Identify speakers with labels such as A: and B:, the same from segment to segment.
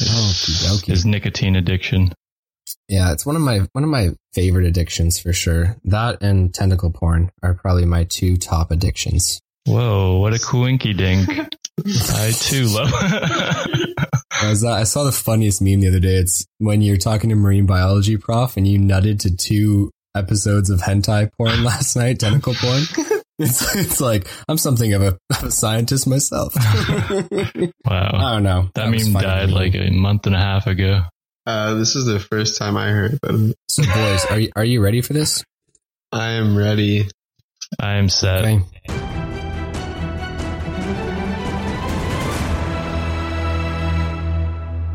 A: Oh, Okey-dokey.
B: is nicotine addiction.
A: Yeah, it's one of my one of my favorite addictions for sure. That and tentacle porn are probably my two top addictions.
B: Whoa, what a coinky dink. I too love
A: I, was, uh, I saw the funniest meme the other day. It's when you're talking to marine biology prof and you nutted to two episodes of hentai porn last night, tentacle porn. It's, it's like I'm something of a, of a scientist myself. I
B: Wow.
A: don't know.
B: That
A: was
B: meme
A: funny.
B: died like a month and a half ago.
C: Uh, this is the first time I heard about it.
A: So, boys, are you, are you ready for this?
C: I am ready.
B: I am set.
A: Okay.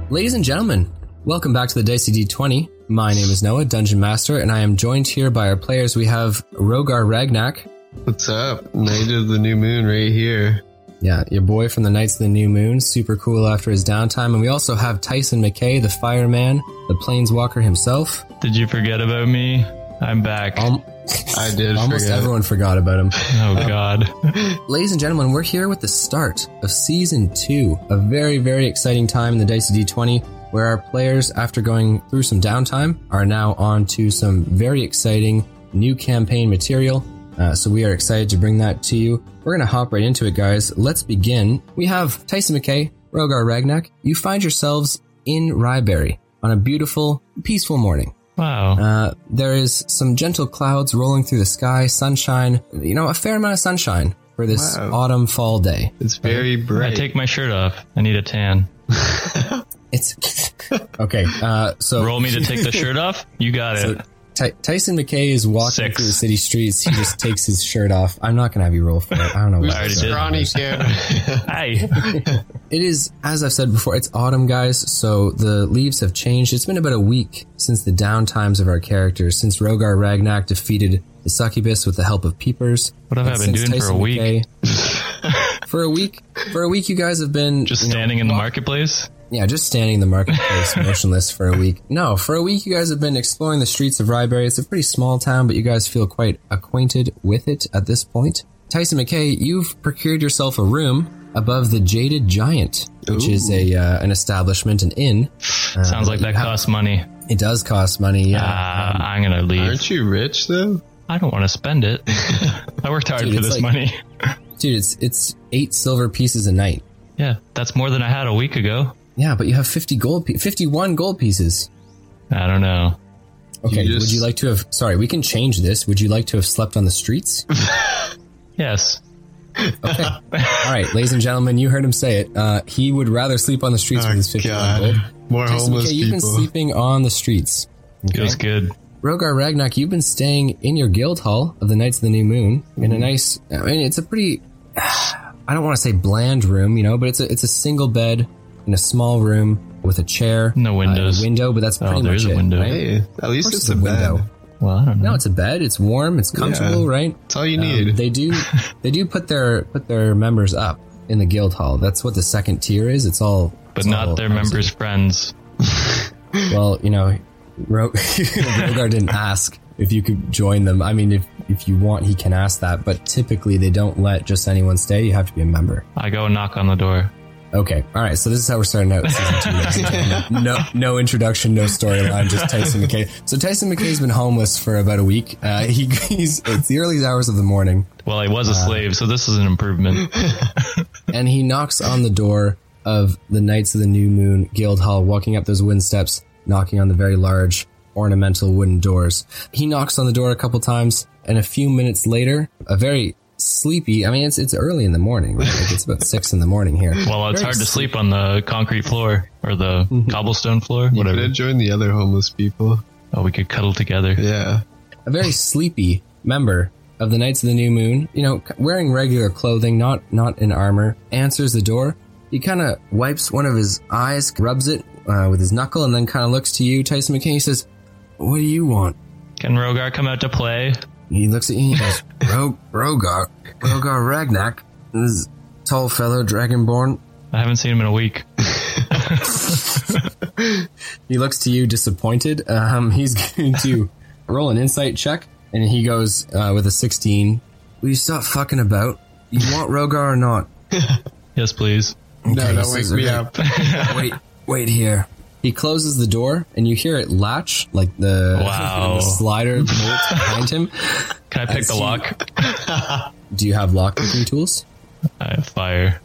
A: Ladies and gentlemen, welcome back to the Dicey D20. My name is Noah, Dungeon Master, and I am joined here by our players. We have Rogar Ragnak,
C: What's up? Night of the New Moon right here.
A: yeah, your boy from the Knights of the New Moon, super cool after his downtime, and we also have Tyson McKay, the fireman, the planeswalker himself.
B: Did you forget about me? I'm back.
A: Um, uh,
C: I did
A: almost
C: forget.
A: everyone forgot about him.
B: oh god.
A: Ladies and gentlemen, we're here with the start of season two. A very, very exciting time in the Dicey D20, where our players, after going through some downtime, are now on to some very exciting new campaign material. Uh, so we are excited to bring that to you. We're going to hop right into it, guys. Let's begin. We have Tyson McKay, Rogar Ragnak. You find yourselves in Ryberry on a beautiful, peaceful morning.
B: Wow.
A: Uh, there is some gentle clouds rolling through the sky, sunshine, you know, a fair amount of sunshine for this
C: Wow.
A: autumn fall day.
C: It's very
B: I
C: bright.
B: take my shirt off. I need a tan.
A: It's okay. Uh, so
B: Roll me to take the shirt off? You got
A: So-
B: it.
A: Ty- Tyson McKay is walking
B: Six.
A: through the city streets. He just takes his shirt off. I'm not going to have you roll for it. I don't know.
C: Who's
A: why.
C: the
B: already did.
C: scrawny kid?
B: Hey.
A: It is, as I've said before, it's autumn, guys, so the leaves have changed. It's been about a week since the downtimes of our characters, since Rogar Ragnak defeated the succubus with the help of peepers.
B: What have I
A: and
B: been
A: since
B: doing for a week?
A: McKay- for a week, for a week, you guys have been
B: Just
A: you know,
B: standing in the marketplace?
A: yeah, just standing in the marketplace motionless for a week. No, for a week you guys have been exploring the streets of Ryberry. It's a pretty small town, but you guys feel quite acquainted with it at this point. Tyson McKay, you've procured yourself a room above the Jaded Giant, which is a uh, an establishment, an inn. Uh,
B: Sounds like that
A: you have-
B: costs money.
A: It does cost money.
B: Uh,
A: Yeah,
B: I'm gonna leave.
C: Aren't you rich though?
B: I don't want to spend it. I worked hard
A: Dude,
B: for
A: it's
B: this
A: like-
B: money.
A: dude, it's it's eight silver pieces a night.
B: Yeah, that's more than I had a week ago.
A: Yeah, but you have fifty gold, pe- fifty-one gold pieces.
B: I don't know.
A: Okay,
C: just-
A: would you like to have? Sorry, we can change this. Would you like to have slept on the streets?
B: Yes.
A: All right, ladies and gentlemen, you heard him say it. Uh, he would rather sleep on the streets with his 50 gold.
C: God. More
A: Jason
C: homeless
A: McKay, you've been
C: people.
A: sleeping on the streets.
B: Feels good.
A: Rogar Ragnak, you've been staying in your guild hall of the Knights of the New Moon
C: Mm.
A: in a nice. I mean, it's a pretty. I don't want to say bland room, you know, but it's a it's a single bed in a small room with a chair,
B: No
A: uh,
B: windows. Oh,
A: a window, but that's pretty
B: there
A: much
B: is a
A: it,
B: window.
A: right? Of
C: Hey, at least
A: course it's
C: it's, a,
A: window.
C: bed.
B: Well, I don't know.
A: No, it's a bed. It's warm. It's comfortable, right?
C: That's all you
A: Um,
C: need.
A: they do they do put their put their members up in the guild hall. That's what the second tier is. It's all
B: but
A: it's all
B: not their
A: housing.
B: members' friends.
A: Well, you know, Ro- Rogar didn't ask if you could join them. I mean, if if you want, he can ask that. But typically, they don't let just anyone stay. You have to be a member.
B: I go and knock on the door.
A: Okay, all right. So this is how we're starting out season two. ladies and gentlemen. no, no introduction, no storyline, just Tyson McKay. So Tyson McKay's been homeless for about a week. Uh, he, he's it's the early hours of the morning.
B: Well, I was a
A: Uh,
B: slave, so this is an improvement.
A: and he knocks on the door of the Knights of the New Moon Guild Hall, walking up those wooden steps, knocking on the very large ornamental wooden doors. He knocks on the door a couple times, and a few minutes later, a very sleepy. I mean, it's it's early in the morning. Right? Like it's about six in the morning here.
B: Well, it's hard to sleep on the concrete floor or the
A: Mm-hmm.
B: cobblestone floor,
C: Could I
B: whatever.
C: join the other homeless people?
B: Oh, we could cuddle together.
C: Yeah.
A: a very sleepy member of the Knights of the New Moon, you know, wearing regular clothing, not not in armor, answers the door. He kind of wipes one of his eyes, rubs it uh, with his knuckle, and then kind of looks to you, Tyson McKinney. He says, "What do you want?"
B: Can Rogar come out to play?
A: He looks at you and he goes, Ro- "Rogar, Rogar Ragnak, this tall fellow, dragonborn."
B: I haven't seen him in a week.
A: He looks to you disappointed. Um, he's going to roll an insight check, and he goes uh, with a 16. Will you stop fucking about? You want Rogar or not?
B: Yes, please.
C: No,
A: Okay,
C: don't
A: this
C: wake
A: is
C: me
A: okay.
C: up.
A: Wait, Wait here. He closes the door, and you hear it latch like the,
B: Wow.
A: the slider bolt behind him.
B: Can I
A: I
B: pick the
A: see-
B: lock?
A: Do you have lock picking tools?
B: I have fire.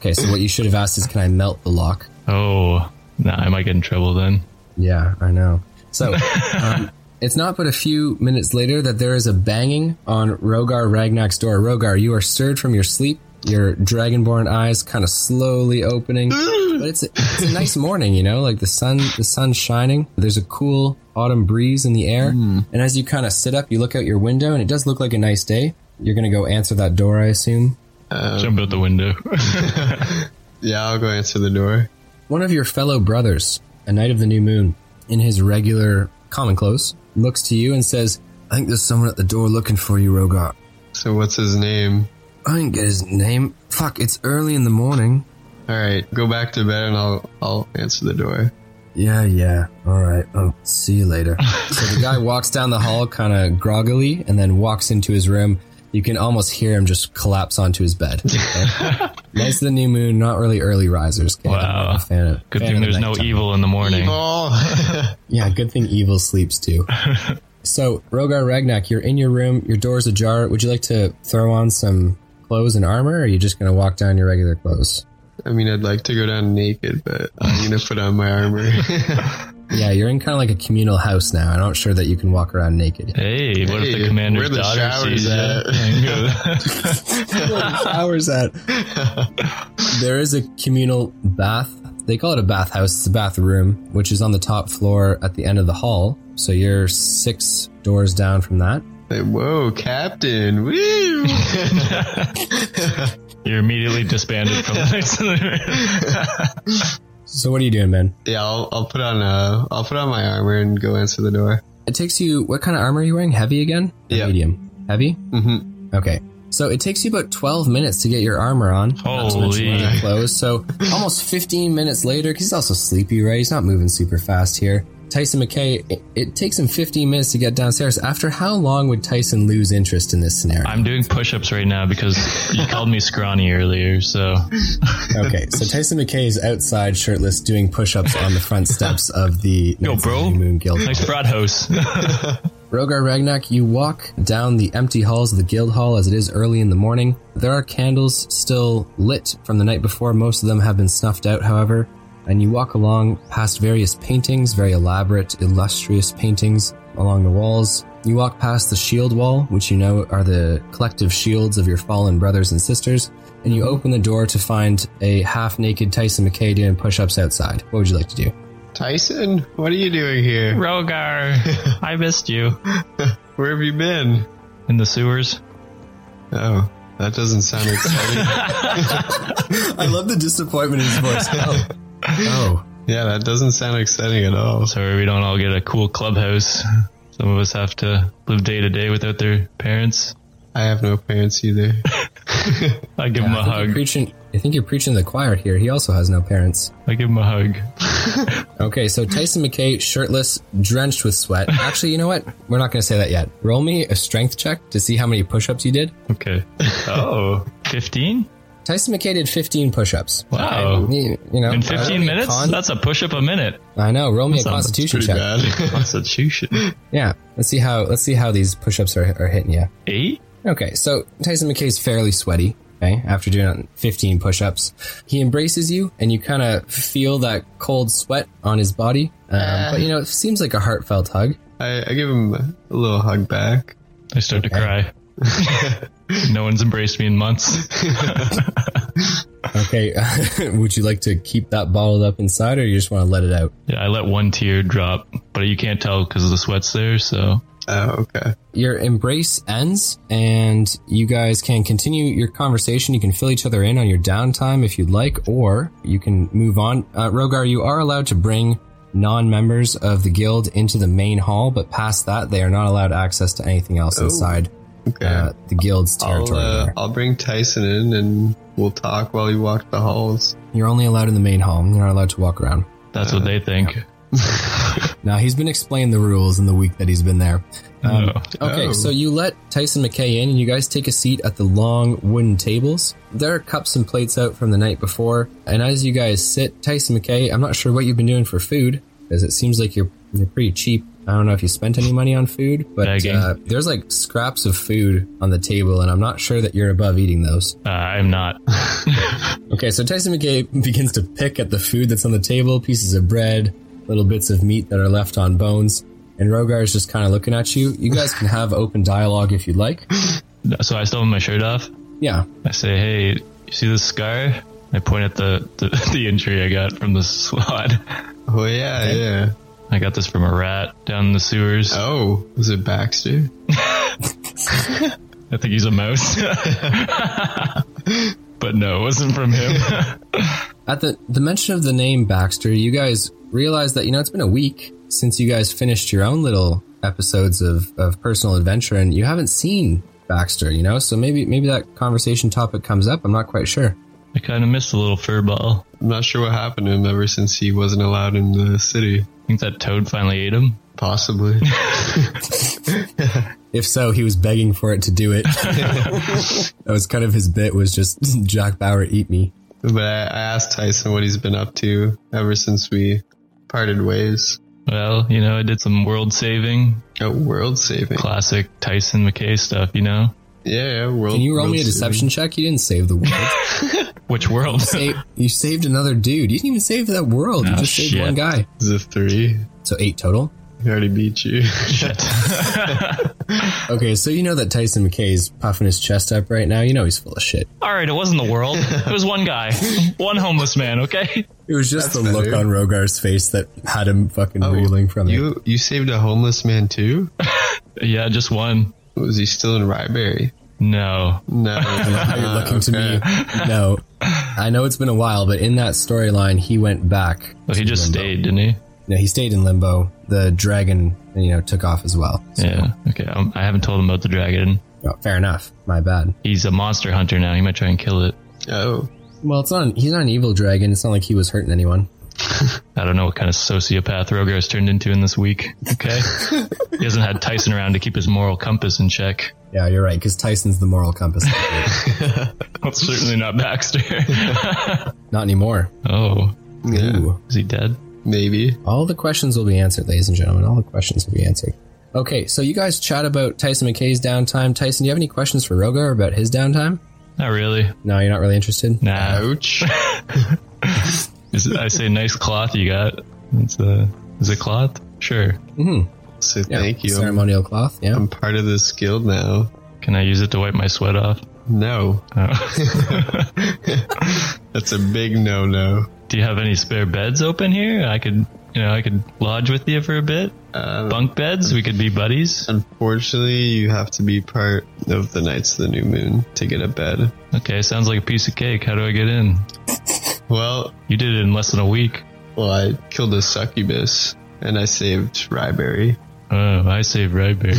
A: Okay, so what you should have asked is, can I melt the lock?
B: Oh, nah, I might get in trouble then.
A: Yeah, I know. So, um, it's not but a few minutes later that there is a banging on Rogar Ragnak's door. Rogar, you are stirred from your sleep, your dragonborn eyes kind of slowly opening. but it's a, it's a nice morning, you know, like the sun, the sun's shining. There's a cool autumn breeze in the air. And as you kind of sit up, you look out your window and it does look like a nice day. You're going to go answer that door, I assume. Oh.
B: Jump out the window.
C: Yeah, I'll go answer the door.
A: One of your fellow brothers, a knight of the new moon, in his regular common clothes, looks to you and says, I think there's someone at the door looking for you, Rogar.
C: So what's his name?
A: I didn't get his name. Fuck, it's early in the morning.
C: All right, go back to bed and I'll I'll answer the door.
A: Yeah, yeah. All right. I'll see you later. so the guy walks down the hall kind of groggily and then walks into his room. You can almost hear him just collapse onto his bed. Okay? Knights of the New Moon, not really early risers. Okay? I'm
B: Wow.
A: not a fan of-
B: Good
A: fan
B: thing
A: of
B: there's no
A: nighttime.
B: evil in the morning.
C: Evil. Oh.
A: Yeah, good thing evil sleeps too. so, Rogar Ragnak, you're in your room, your door's ajar. Would you like to throw on some clothes and armor, or are you just going to walk down your regular clothes?
C: I mean, I'd like to go down naked, but I'm gonna put on my armor.
A: Yeah, you're in kind of like a communal house now. I'm not sure that you can walk around naked.
B: Hey, what if
C: Hey,
B: the commander's
C: where the
B: daughter
C: shower's
B: sees
C: at?
B: that?
A: Hours at. there is a communal bath. They call it a bathhouse. It's a bathroom, which is on the top floor at the end of the hall. So you're six doors down from that.
C: like, whoa, Captain! Woo!
B: You're immediately disbanded from the next
A: So what are you doing, man?
C: yeah, I'll, I'll put on uh, I'll put on my armor and go answer the door.
A: It takes you. What kind of armor are you wearing? Heavy again? Or
C: Yeah.
A: Medium. Heavy.
C: Mm-hmm.
A: Okay. So it takes you about 12 minutes to get your armor on. not to mention
B: Holy.
A: other clothes. So almost 15 minutes later, because he's also sleepy, right? He's not moving super fast here. Tyson McKay, it, it takes him 15 minutes to get downstairs. After how long would Tyson lose interest in this scenario?
B: I'm doing push-ups right now because you called me scrawny earlier, so
A: okay, so Tyson McKay is outside shirtless doing push ups on the front steps of the Knights of the
B: bro.
A: New Moon Guild.
B: nice broad house.
A: Rogar Ragnak, you walk down the empty halls of the guild hall as it is early in the morning. There are candles still lit from the night before. Most of them have been snuffed out, however. And you walk along past various paintings, very elaborate, illustrious paintings along the walls. You walk past the shield wall, which you know are the collective shields of your fallen brothers and sisters. And you open the door to find a half naked Tyson McKay doing push ups outside. What would you like to do?
C: Tyson, what are you doing here?
B: Rogar, I missed you
C: Where have you been?
B: in the sewers.
C: Oh, that doesn't sound exciting.
A: I love the disappointment in his voice. Oh. oh.
C: yeah, that doesn't sound exciting at all.
B: Sorry, we don't all get a cool clubhouse. Some of us have to live day to day without their parents.
C: I have no parents either.
B: I give him a
A: I think, you're
B: hug.
A: preaching, I think you're preaching to the choir here. He also has no parents.
B: I give him a hug.
A: Okay, so Tyson McKay, shirtless, drenched with sweat. Actually, you know what? We're not going to say that yet. Roll me a strength check to see how many push ups you did.
B: Okay. Oh, 15?
A: Tyson McKay did 15 push ups.
B: Wow.
A: You, you know,
B: In
A: roll
B: 15
A: me a
B: minutes?
A: con-
B: That's a push up a minute.
A: I know. Roll me a
B: sounds
A: constitution
C: Pretty
A: check.
C: bad.
B: Constitution.
A: Yeah, let's see how let's see how these push ups are, are hitting you.
B: Eight?
A: Okay, so Tyson McKay's fairly sweaty. Okay, after doing 15 push-ups, he embraces you, and you kind of feel that cold sweat on his body. Um, but you know, it seems like a heartfelt hug.
C: I, I give him a little hug back.
B: I start to cry. no one's embraced me in months.
A: Okay, would you like to keep that bottled up inside, or you just want to let it out?
B: Yeah, I let one tear drop, but you can't tell because the sweat's there, so.
C: Oh, okay.
A: Your embrace ends, and you guys can continue your conversation. You can fill each other in on your downtime if you'd like, or you can move on. Uh, Rogar, you are allowed to bring non-members of the guild into the main hall, but past that, they are not allowed access to anything else inside
C: Okay.
A: uh, the guild's
C: I'll,
A: territory.
C: uh,
A: there.
C: I'll bring Tyson in and we'll talk while we walk the halls.
A: You're only allowed in the main hall. You're not allowed to walk around.
B: That's what they think.
A: Now he's been explained the rules in the week that he's been there. Um,
B: Oh.
A: Okay,
C: Oh.
A: so you let Tyson McKay in, and you guys take a seat at the long wooden tables. There are cups and plates out from the night before, and as you guys sit, Tyson McKay, I'm not sure what you've been doing for food because it seems like you're you're pretty cheap. I don't know if you spent any money on food, but
B: Begging.
A: uh, there's like scraps of food on the table, and I'm not sure that you're above eating those.
B: Uh, I'm not.
A: Okay, so Tyson McKay begins to pick at the food that's on the table pieces of bread, little bits of meat that are left on bones, and Rogar is just kind of looking at you. You guys can have open dialogue if you'd like.
B: so I still have my shirt off.
A: Yeah.
B: I say, hey, you see this scar? I point at the, the, the injury I got from the swat.
C: Oh yeah, yeah.
B: I got this from a rat down in the sewers.
C: Oh, was it Baxter?
B: I think he's a mouse. but no, it wasn't from him.
A: At the, the mention of the name Baxter, you guys realize that, you know, it's been a week since you guys finished your own little episodes of, of personal adventure and you haven't seen Baxter, you know? So maybe maybe that conversation topic comes up. I'm not quite sure.
B: I kind of missed the little fur ball.
C: I'm not sure what happened to him ever since he wasn't allowed in the city.
B: I think that toad finally ate him.
C: Possibly.
A: If so, he was begging for it to do it. that was kind of his bit was just Jack Bauer eat me.
C: but I, I asked Tyson what he's been up to ever since we parted ways.
B: Well, you know, I did some world saving,
C: Oh, world saving.
B: classic Tyson McKay stuff, you know?
C: Yeah, yeah, world.
A: Can you roll
C: world
A: me a
C: saving.
A: deception check? You didn't save the world.
B: Which world?
A: Save, you saved another dude. You didn't even save that world. you
B: Oh,
A: just saved
B: shit.
A: one guy.
C: It's a three.
A: So eight total.
C: He already beat you.
A: Okay, so you know that Tyson McKay's puffing his chest up right now. You know he's full of shit.
B: All right, it wasn't the world. It was one guy, one homeless man, okay?
A: It was just
C: That's
A: the look
C: better.
A: on Rogar's face that had him fucking reeling from it.
C: you you saved a homeless man too?
B: Yeah, just one.
C: Was he still in Ryberry?
B: No.
C: No.
A: You're looking to me. No, I know it's been a while, but in that storyline, he went back.
B: Well, Oh, he
A: to
B: just
A: limbo.
B: stayed, didn't he?
A: No, he stayed in limbo. The dragon, you know, took off as well. So,
B: Yeah. Okay, um, I haven't told him about the dragon.
A: oh, fair enough. My bad.
B: He's a monster hunter now. He might try and kill it.
C: Oh,
A: Well, it's not. He's not an evil dragon. It's not like he was hurting anyone.
B: I don't know what kind of sociopath Rogar's turned into in this week. Okay. he hasn't had Tyson around to keep his moral compass in check.
A: Yeah, you're right. Because Tyson's the moral compass.
B: Well, certainly not Baxter.
A: not anymore.
B: oh,
C: yeah.
A: Ooh.
B: is he dead?
C: Maybe.
A: All the questions will be answered, ladies and gentlemen. All the questions will be answered. Okay, so you guys chat about Tyson McKay's downtime. Tyson, do you have any questions for Rogar about his downtime?
B: Not really.
A: No, you're not really interested.
B: Nah.
C: Ouch.
B: Is it- I say, nice cloth you got. It's a, is it cloth? Sure.
C: So thank you. I'm,
A: Ceremonial cloth. Yeah.
C: I'm part of this guild now.
B: Can I use it to wipe my sweat off?
C: No.
B: Oh.
C: That's a big no no.
B: Do you have any spare beds open here? I could, you know, I could lodge with you for a bit.
A: Uh,
B: Bunk beds. We could be buddies.
C: Unfortunately, you have to be part of the Knights of the New Moon to get a bed.
B: Okay, sounds like a piece of cake. How do I get in?
C: Well,
B: You did it in less than a week.
C: well, I killed a succubus and I saved Ryberry.
B: Oh, I saved Ryberry.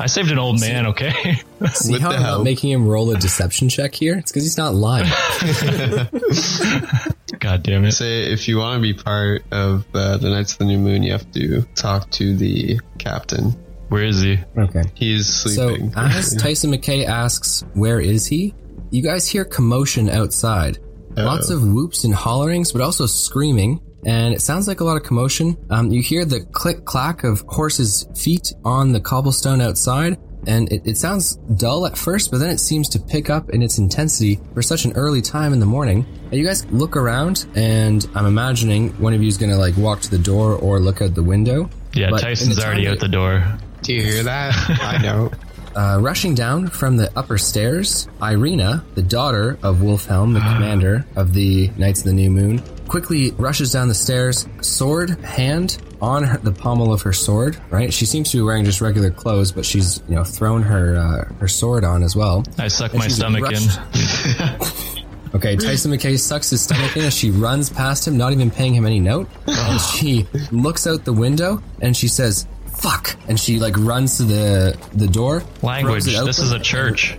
B: I saved an old man, okay?
A: See
C: With
A: how
C: the
A: I'm not
C: help.
A: making him roll a deception check here? It's because he's not lying.
B: God damn it.
C: Say if you want to be part of uh, the Knights of the New Moon, you have to talk to the captain.
B: Where is he?
A: okay.
C: He's
A: So
C: sleeping.
A: as Tyson McKay asks, "Where is he?" You guys hear commotion outside. Lots of whoops and hollerings, but also screaming. And it sounds like a lot of commotion. Um, you hear the click clack of horses' feet on the cobblestone outside, and it, it sounds dull at first, but then it seems to pick up in its intensity for such an early time in the morning. And you guys look around, and I'm imagining one of you is going to like walk to the door or look out the window.
B: Yeah,
A: But in
B: Tyson's
A: the time
B: already
A: that-
B: out the door.
C: Do you hear that? I know.
A: Uh, rushing down from the upper stairs, Irina, the daughter of Wolfhelm, the commander of the Knights of the New Moon, quickly rushes down the stairs, sword hand on her, the pommel of her sword. Right, she seems to be wearing just regular clothes, but she's you know thrown her uh, her sword on as well.
B: I suck my
A: she's
B: stomach
A: rushed-
B: in.
A: Okay, Tyson McKay sucks his stomach in as she runs past him, not even paying him any note. And she looks out the window and she says, "Fuck!" and she like runs to the the door.
B: Language.
A: throws it
B: This
A: open.
B: is a church.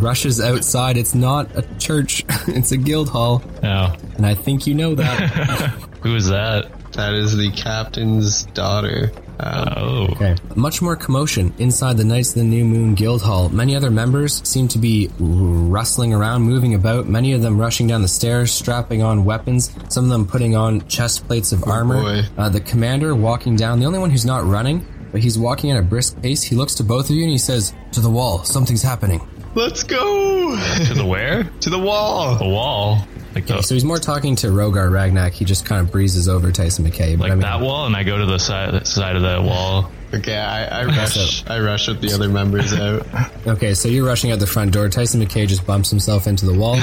A: rushes outside. It's not a church, it's a guild hall.
B: No.
A: And I think you know that.
B: Oh, Who is that?
C: That is the captain's daughter. Um,
B: Oh.
A: Okay. Much more commotion inside the Knights of the New Moon Guild Hall. Many other members seem to be rustling around, moving about, many of them rushing down the stairs, strapping on weapons, some of them putting on chest plates of armor.
C: boy.
A: Uh, the commander walking down, the only one who's not running, but he's walking at a brisk pace. He looks to both of you and he says, To the wall, something's happening.
C: Let's go
B: To the where?
C: to the wall.
B: The wall. Like, the,
A: Okay, so he's more talking to Rogar Ragnak. He just kind of breezes over Tyson McKay. But
B: like
A: I mean,
B: that wall, and I go to the side, the side of that wall.
C: Okay, I, I rush. I rush with the other members out.
A: Okay, so you're rushing out the front door. Tyson McKay just bumps himself into the wall.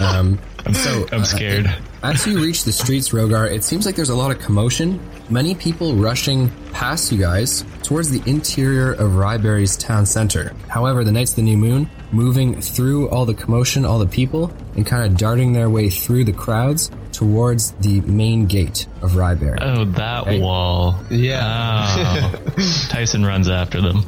A: Um, so
B: I'm scared.
A: As you reach the streets, Rogar, it seems like there's a lot of commotion. Many people rushing past you guys towards the interior of Ryberry's town center. However, the Knights of the New Moon, moving through all the commotion, all the people, and kind of darting their way through the crowds towards the main gate of Ryberry.
B: Oh, that wall.
C: Yeah.
B: Oh. Tyson runs after them.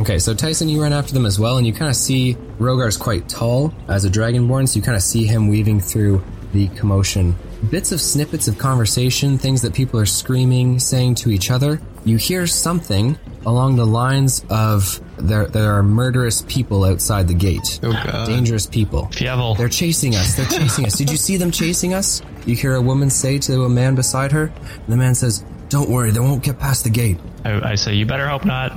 A: Okay, so Tyson, you run after them as well, and you kind of see Rogar's quite tall as a dragonborn, so you kind of see him weaving through the commotion. Bits of snippets of conversation, things that people are screaming, saying to each other. You hear something along the lines of there, there are murderous people outside the gate.
C: Oh, God.
A: Dangerous people.
B: Pievel.
A: They're chasing us. They're chasing us. Did you see them chasing us? You hear a woman say to a man beside her. And the man says, Don't worry, they won't get past the gate.
B: I, I say, you better hope not.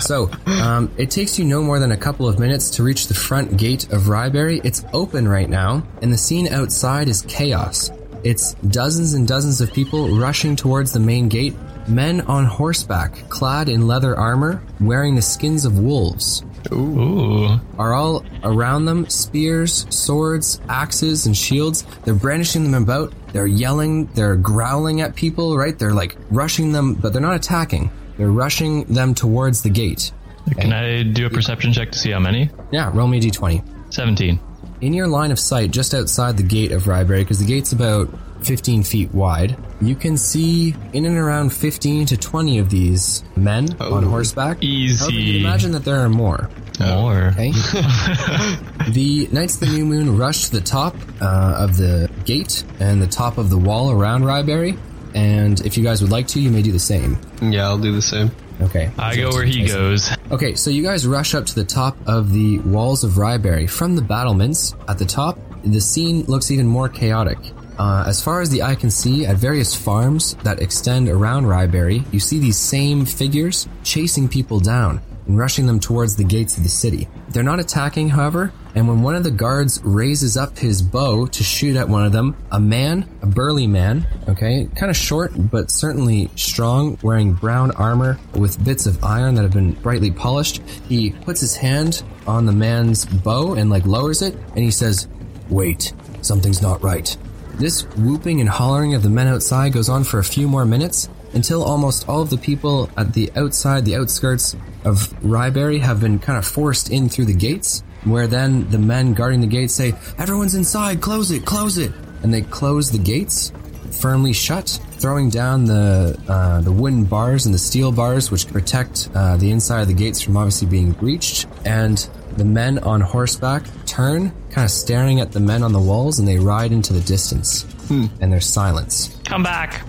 A: So, um, it takes you no more than a couple of minutes to reach the front gate of Ryberry. It's open right now, and the scene outside is chaos. It's dozens and dozens of people rushing towards the main gate, men on horseback, clad in leather armor, wearing the skins of wolves.
B: Ooh.
A: Are all around them spears, swords, axes, and shields. They're brandishing them about. They're yelling. They're growling at people, right? They're like rushing them, but they're not attacking. They're rushing them towards the gate.
B: Can I do a perception check to see how many?
A: Yeah, roll me a d20.
B: 17.
A: In your line of sight, just outside the gate of Ryberry, because the gate's about 15 feet wide, you can see in and around 15 to 20 of these men on horseback.
B: Oh, Easy.
A: However, you can imagine that there are more. Oh.
B: More.
A: Okay. the Knights of the New Moon rush to the top uh, of the gate and the top of the wall around Ryberry. And if you guys would like to, you may do the same.
C: Yeah, I'll do the same.
A: Okay.
B: I go where he goes.
A: Okay, so you guys rush up to the top of the walls of Ryberry. From the battlements at the top, the scene looks even more chaotic. Uh, as far as the eye can see, at various farms that extend around Ryberry, you see these same figures chasing people down and rushing them towards the gates of the city. They're not attacking, however, and when one of the guards raises up his bow to shoot at one of them, a man, a burly man, okay, kind of short but certainly strong, wearing brown armor with bits of iron that have been brightly polished, he puts his hand on the man's bow and like lowers it, and he says, Wait, something's not right. This whooping and hollering of the men outside goes on for a few more minutes until almost all of the people at the outside, the outskirts of Ryberry have been kind of forced in through the gates, where then the men guarding the gates say, Everyone's inside, close it, close it! And they close the gates firmly shut, throwing down the uh, the wooden bars and the steel bars which protect uh, the inside of the gates from obviously being breached. And the men on horseback turn, kind of staring at the men on the walls, and they ride into the distance. And there's silence.
B: Come back.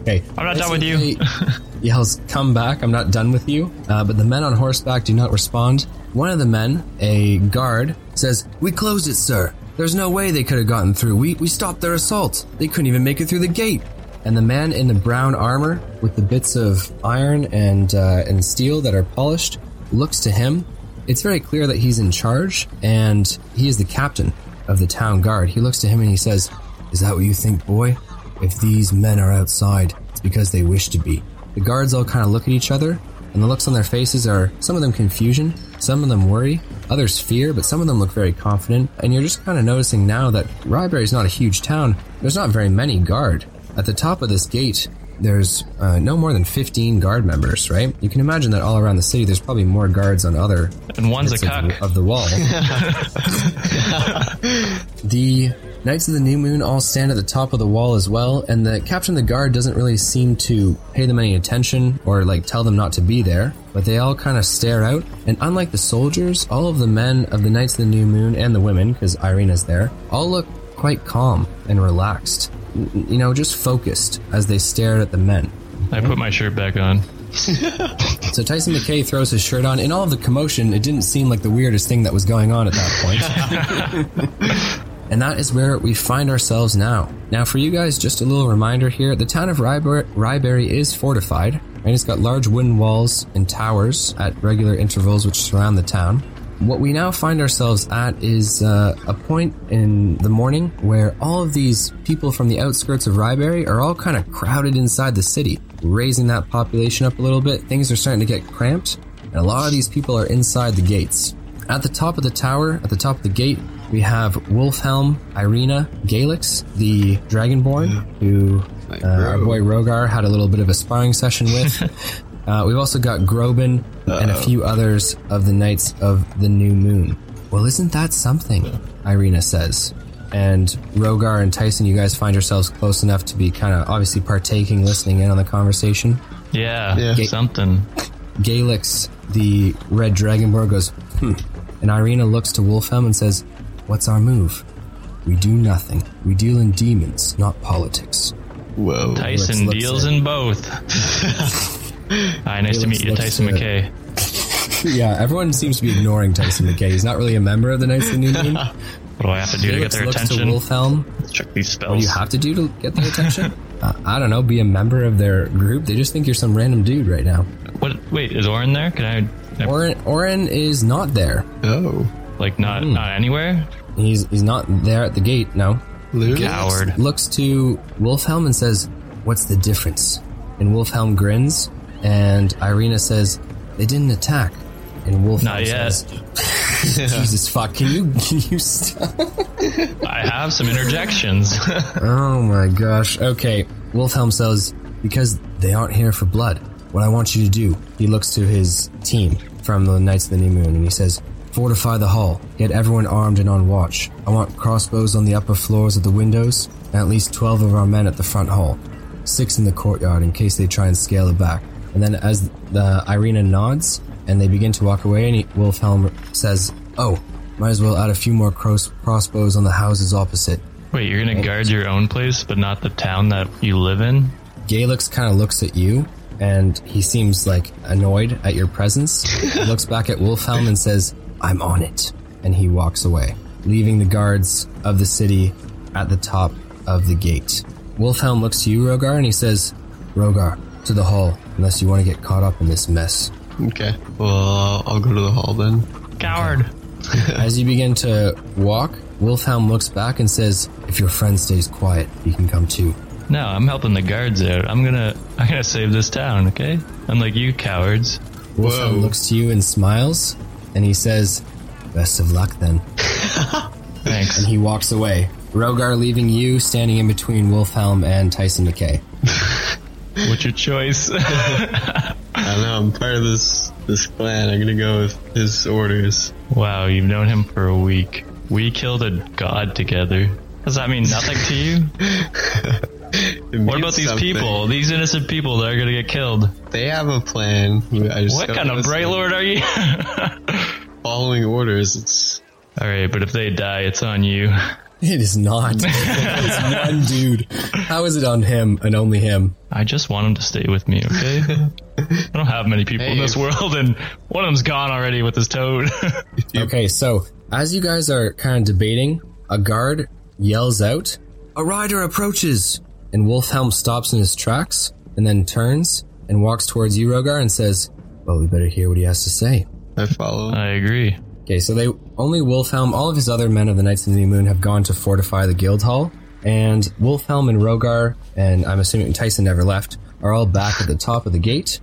A: Okay,
B: I'm not done with you.
A: yells, "Come back! I'm not done with you." Uh, but the men on horseback do not respond. One of the men, a guard, says, "We closed it, sir. There's no way they could have gotten through. We we stopped their assault. They couldn't even make it through the gate." And the man in the brown armor, with the bits of iron and uh, and steel that are polished, looks to him. It's very clear that he's in charge, and he is the captain of the town guard. He looks to him and he says, "Is that what you think, boy?" If these men are outside, it's because they wish to be. The guards all kind of look at each other, and the looks on their faces are some of them confusion, some of them worry, others fear, but some of them look very confident. And you're just kind of noticing now that Ryberry's not a huge town. There's not very many guard. At the top of this gate, there's uh, no more than 15 guard members, right? You can imagine that all around the city, there's probably more guards on other
B: And one's a
A: bits of,
B: cuck.
A: of the wall. the Knights of the New Moon all stand at the top of the wall as well, and the captain of the guard doesn't really seem to pay them any attention or like tell them not to be there, but they all kind of stare out. And unlike the soldiers, all of the men of the Knights of the New Moon and the women, because Irina's there, all look quite calm and relaxed. you know, just focused as they stared at the men.
B: I put my shirt back on.
A: So Tyson McKay throws his shirt on. In all of the commotion, it didn't seem like the weirdest thing that was going on at that point. and that is where we find ourselves now. Now, for you guys, just a little reminder here the town of Ryber- Ryberry is fortified, and it's got large wooden walls and towers at regular intervals which surround the town. What we now find ourselves at is uh, a point in the morning where all of these people from the outskirts of Ryberry are all kind of crowded inside the city raising that population up a little bit, things are starting to get cramped, and a lot of these people are inside the gates. At the top of the tower, at the top of the gate, we have Wolfhelm, Irina, Galix, the Dragonborn, who
C: Like,
A: uh, our
C: bro.
A: boy Rogar had a little bit of a sparring session with. uh, we've also got Groban and a few others of the Knights of the New Moon. Well, isn't that something? Irina says. And Rogar and Tyson, you guys find yourselves close enough to be kind of obviously partaking, listening in on the conversation.
B: Yeah,
C: Yeah.
B: something.
A: Galix, the red dragonborn, goes, hmm. And Irina looks to Wolfhelm and says, What's our move? We do nothing. We deal in demons, not politics.
C: Whoa.
B: Tyson
A: let's
B: deals
A: say-
B: in both. Hi, nice to
A: let's-
B: meet you,
A: let's uh,
B: Tyson
A: say that.
B: McKay.
A: Yeah, everyone seems to be ignoring Tyson McKay. He's not really a member of the Knights of the New Moon.
B: What do I have to do to get
A: Galix
B: their
A: looks to
B: attention?
A: Wolfhelm.
B: Check these
A: What
B: spells.
A: do you have to do to get their attention? uh, I don't know. Be a member of their group. They just think you're some random dude right now.
B: What? Wait, is Orin there? Can I, I-
A: Oren, Oren is not there.
C: Oh.
B: like not not anywhere?
A: He's he's not there at the gate. No.
C: Luke?
B: Coward.
A: looks to Wolfhelm and says, What's the difference? And Wolfhelm grins, and Irina says, They didn't attack. And Wolfhelm
B: Not yet.
A: says, Jesus fuck, can you, can you stop?
B: I have some interjections.
A: Oh my gosh. Okay. Wolfhelm says, Because they aren't here for blood. What I want you to do, he looks to his team from the Knights of the New Moon, and he says, Fortify the hall. Get everyone armed and on watch. I want crossbows on the upper floors of the windows, and at least 12 of our men at the front hall. six in the courtyard in case they try and scale it back. And then as the Irina nods and they begin to walk away, and he, Wilhelm says, "Oh, might as well add a few more cross- crossbows on the houses opposite."
B: Wait, you're gonna guard your own place, but not the town that you live in?
A: Galix kind of looks at you, and he seems like annoyed at your presence. He looks back at Wilhelm and says, "I'm on it," and he walks away, leaving the guards of the city at the top of the gate. Wilhelm looks to you, Rogar, and he says, "Rogar, to the hall, unless you want to get caught up in this mess."
C: Okay. Well, I'll- I'll go to the hall then.
B: Coward.
A: As you begin to walk, Wilhelm looks back and says, "If your friend stays quiet, he can come too."
B: No, I'm helping the guards out. I'm gonna I'm gonna save this town, okay? Unlike you cowards.
A: Wolfhound
C: Whoa.
A: looks to you and smiles, and he says, "Best of luck then."
B: Thanks.
A: And he walks away. Rogar leaving you standing in between Wolfhelm and Tyson McKay.
B: What's your choice?
C: I don't know. I'm part of this this clan. I'm gonna go with his orders.
B: wow, you've known him for a week. We killed a god together. Does that mean nothing to you?
C: It
B: What
C: means
B: about these
C: something.
B: people? These innocent people that are gonna get killed.
C: They have a plan. I just
B: What
C: gotta
B: kind of
C: listen.
B: bright lord are you?
C: Following orders. It's
B: Alright, but if they die, it's on you.
A: It is not. it's one dude. How is it on him and only him?
B: I just want him to stay with me, okay? I don't have many people in
C: Hey.
B: this world, and one of them's gone already with his toad.
A: Okay, so as you guys are kind of debating, a guard yells out, "A rider approaches!" And Wolfhelm stops in his tracks and then turns and walks towards you, Rogar, and says, "Well, we better hear what he has to say."
C: I follow.
B: I agree.
A: Okay, so they only Wolfhelm, all of his other men of the Knights of the New Moon have gone to fortify the guild hall, and Wolfhelm and Rogar, and I'm assuming Tyson never left, are all back at the top of the gate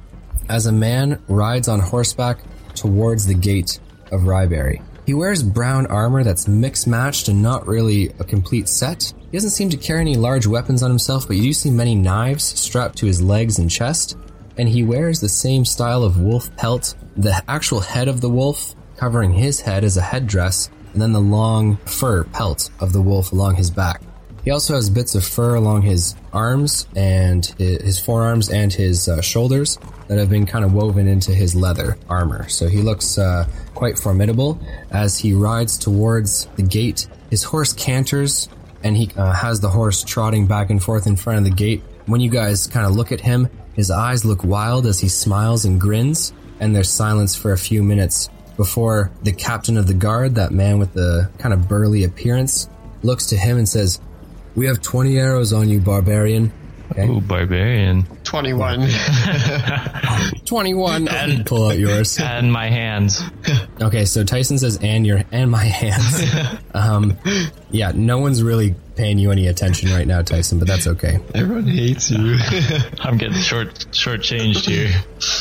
A: as a man rides on horseback towards the gate of Ryberry. He wears brown armor that's mixed matched and not really a complete set. He doesn't seem to carry any large weapons on himself, but you do see many knives strapped to his legs and chest. And he wears the same style of wolf pelt, the actual head of the wolf covering his head as a headdress, and then the long fur pelt of the wolf along his back. He also has bits of fur along his arms and hi- his forearms and his uh, shoulders that have been kind of woven into his leather armor. So he looks uh, quite formidable as he rides towards the gate. His horse canters and he uh, has the horse trotting back and forth in front of the gate. When you guys kind of look at him, his eyes look wild as he smiles and grins, and there's silence for a few minutes before the captain of the guard, that man with the kind of burly appearance, looks to him and says, We have 20 arrows on you, barbarian. Okay.
B: Ooh, barbarian.
C: 21.
A: 21 and pull out yours.
B: And my hands.
A: Okay, so Tyson says, "And your and my hands." um, yeah, no one's really paying you any attention right now, Tyson, but that's okay.
C: Everyone hates you.
B: I'm getting short short changed here.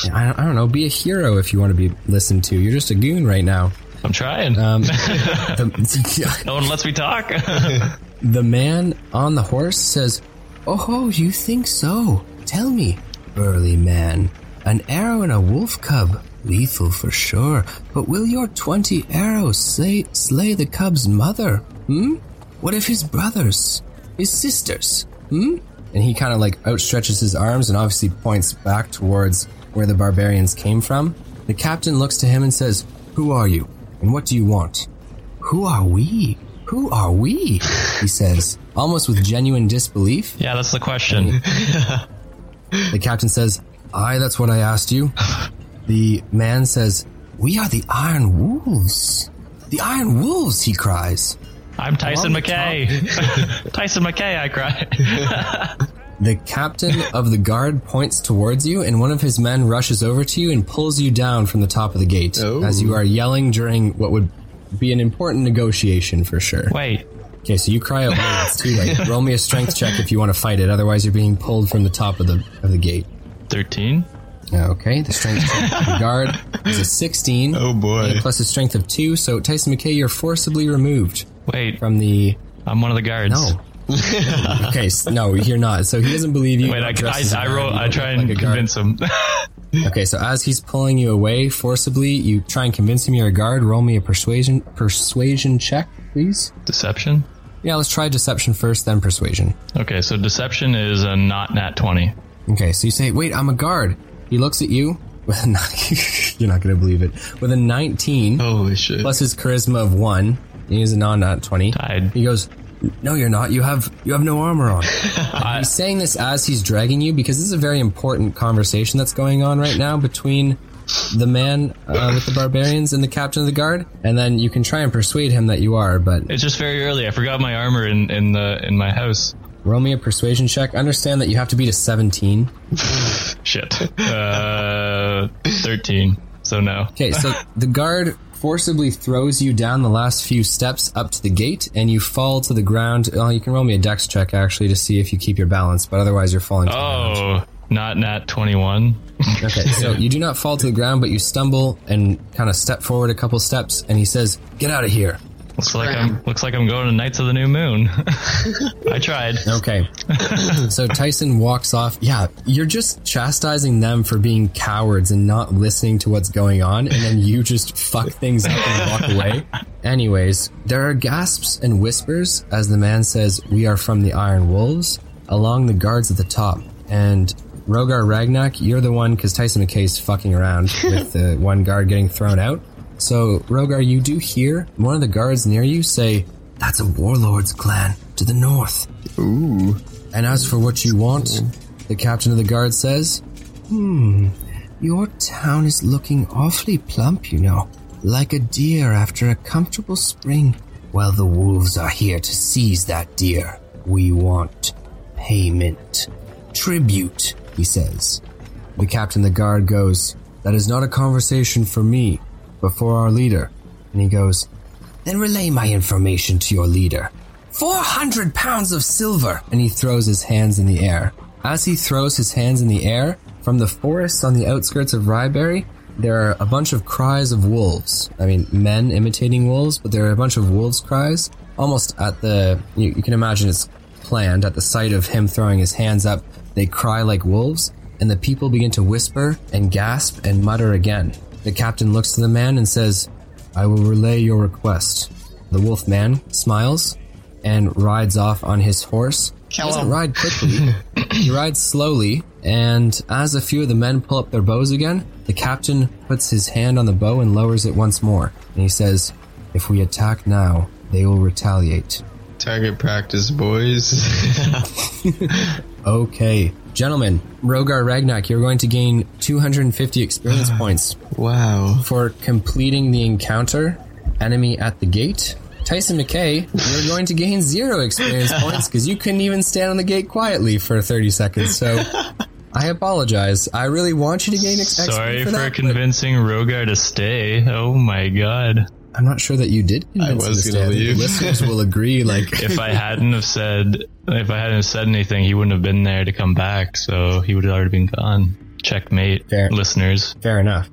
A: Yeah, I, don't- I don't know. Be a hero if you want to be listened to. You're just a goon right now.
B: I'm trying.
A: Um, the,
B: no one lets me talk.
A: the man on the horse says, "Oh, you think so? Tell me, burly man, an arrow and a wolf cub." Lethal for sure, but will your twenty arrows slay, slay the cub's mother? Hmm? What if his brothers? His sisters? Hmm? And he kind of like outstretches his arms and obviously points back towards where the barbarians came from. The captain looks to him and says, Who are you? And what do you want? Who are we? Who are we? He says, almost with genuine disbelief.
B: yeah, that's the question.
A: The captain says, Aye, that's what I asked you. The man says, We are the Iron Wolves. The Iron Wolves, he cries.
B: I'm Tyson
A: Well,
B: McKay. Tyson McKay, I cry.
A: The captain of the guard points towards you, and one of his men rushes over to you and pulls you down from the top of the gate
C: Oh.
A: as you are yelling during what would be an important negotiation for sure.
B: Wait,
A: Okay, so you cry out, "Oh, it's too late. Roll me a strength check if you want to fight it. Otherwise, you're being pulled from the top of the of the gate.
B: thirteen?
A: Okay, the strength check for the guard is a 16
C: oh boy.
A: plus a strength of two. So Tyson McKay, you're forcibly removed
B: Wait,
A: from the.
B: I'm one of the guards.
A: No. okay, s- no, you're not. So he doesn't believe you.
B: Wait, I, I,
A: Dresses
B: I,
A: around,
B: roll,
A: you
B: I
A: look
B: try
A: like
B: and
A: a guard.
B: convince him.
A: Okay, so as he's pulling you away forcibly, you try and convince him you're a guard. Roll me a persuasion persuasion check, please.
B: Deception?
A: Yeah, let's try deception first, then persuasion.
B: Okay, so deception is a not nat 20.
A: Okay, so you say, "Wait, I'm a guard." He looks at you with a nine- you're not going to believe it with a 19
C: Holy shit.
A: plus his charisma of one. He is a non not 20.
B: I,
A: He goes, "No, you're not. You have you have no armor on." Uh,
B: I,
A: he's saying this as he's dragging you because this is a very important conversation that's going on right now between the man uh, with the barbarians and the captain of the guard. And then you can try and persuade him that you are, but
B: it's just very early. I forgot my armor in, in the in my house.
A: roll me a persuasion check. Understand that you have to beat a 17.
B: Shit. Uh, 13. So no.
A: Okay, so the guard forcibly throws you down the last few steps up to the gate, and you fall to the ground. Oh, you can roll me a dex check actually to see if you keep your balance, but otherwise you're falling. To
B: Oh, not nat 21.
A: the ground. Okay, so you do not fall to the ground, but you stumble and kind of step forward a couple steps, and he says, "Get out of here."
B: Looks like I'm looks like I'm going to Knights of the New Moon. I tried.
A: Okay. so Tyson walks off. Yeah, you're just chastising them for being cowards and not listening to what's going on, and then you just fuck things up and walk away. Anyways, there are gasps and whispers as the man says, We are from the Iron Wolves, along the guards at the top. And Rogar Ragnak, you're the one, because Tyson McKay's fucking around with the one guard getting thrown out. So, Rogar, you do hear one of the guards near you say, That's a warlord's clan to the north.
C: Ooh.
A: And as for what you want, the captain of the guard says, Hmm, your town is looking awfully plump, you know, like a deer after a comfortable spring. Well, the wolves are here to seize that deer. We want payment. Tribute, he says. The captain of the guard goes, That is not a conversation for me, but for our leader. And he goes, then relay my information to your leader. 400 pounds of silver! And he throws his hands in the air. As he throws his hands in the air, from the forests on the outskirts of Ryberry, there are a bunch of cries of wolves. I mean, men imitating wolves, but there are a bunch of wolves' cries. Almost at the. You, you can imagine it's planned. At the sight of him throwing his hands up, they cry like wolves, and the people begin to whisper and gasp and mutter again. The captain looks to the man and says, I will relay your request. The wolf man smiles and rides off on his horse. He
C: Hello.
A: doesn't ride quickly. he rides slowly, and as a few of the men pull up their bows again, the captain puts his hand on the bow and lowers it once more. And he says, If we attack now, they will retaliate.
C: Target practice, boys.
A: Okay. Gentlemen, Rogar Ragnak, you're going to gain 250 experience points
C: wow.
A: for completing the encounter, enemy at the gate. Tyson McKay, you're going to gain zero experience points because you couldn't even stand on the gate quietly for 30 seconds. So I apologize. I really want you to gain ex- experience
B: Sorry
A: for,
B: for,
A: that, but
B: convincing Rogar to stay. Oh my god.
A: I'm not sure that you did. convince
C: I
A: him
C: was
A: to stay. I
C: gonna
A: think
C: leave.
A: The listeners will agree. Like
B: If I hadn't have said if I hadn't have said anything, he wouldn't have been there to come back, so he would have already been gone. Checkmate,
A: Fair.
B: listeners.
A: Fair enough.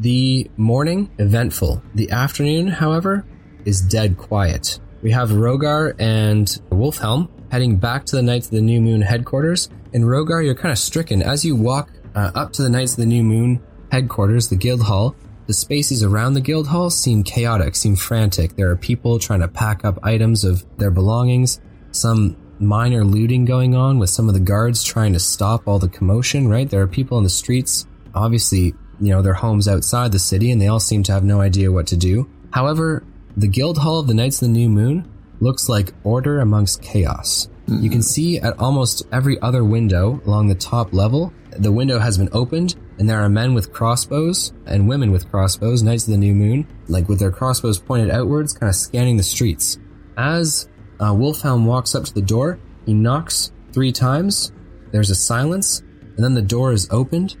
A: The morning, eventful. The afternoon, however, is dead quiet. We have Rogar and Wolfhelm heading back to the Knights of the New Moon headquarters. And Rogar, you're kind of stricken. As you walk uh, up to the Knights of the New Moon headquarters, the Guild Hall, the spaces around the Guild Hall seem chaotic, seem frantic. There are people trying to pack up items of their belongings, some minor looting going on with some of the guards trying to stop all the commotion, right? There are people in the streets obviously, you know, their homes outside the city and they all seem to have no idea what to do. However, the guild hall of the Knights of the New Moon looks like order amongst chaos. You can see at almost every other window along the top level, the window has been opened and there are men with crossbows and women with crossbows, Knights of the New Moon, like with their crossbows pointed outwards, kind of scanning the streets. As uh, Wolfhelm walks up to the door, he knocks three times. There's a silence, and then the door is opened,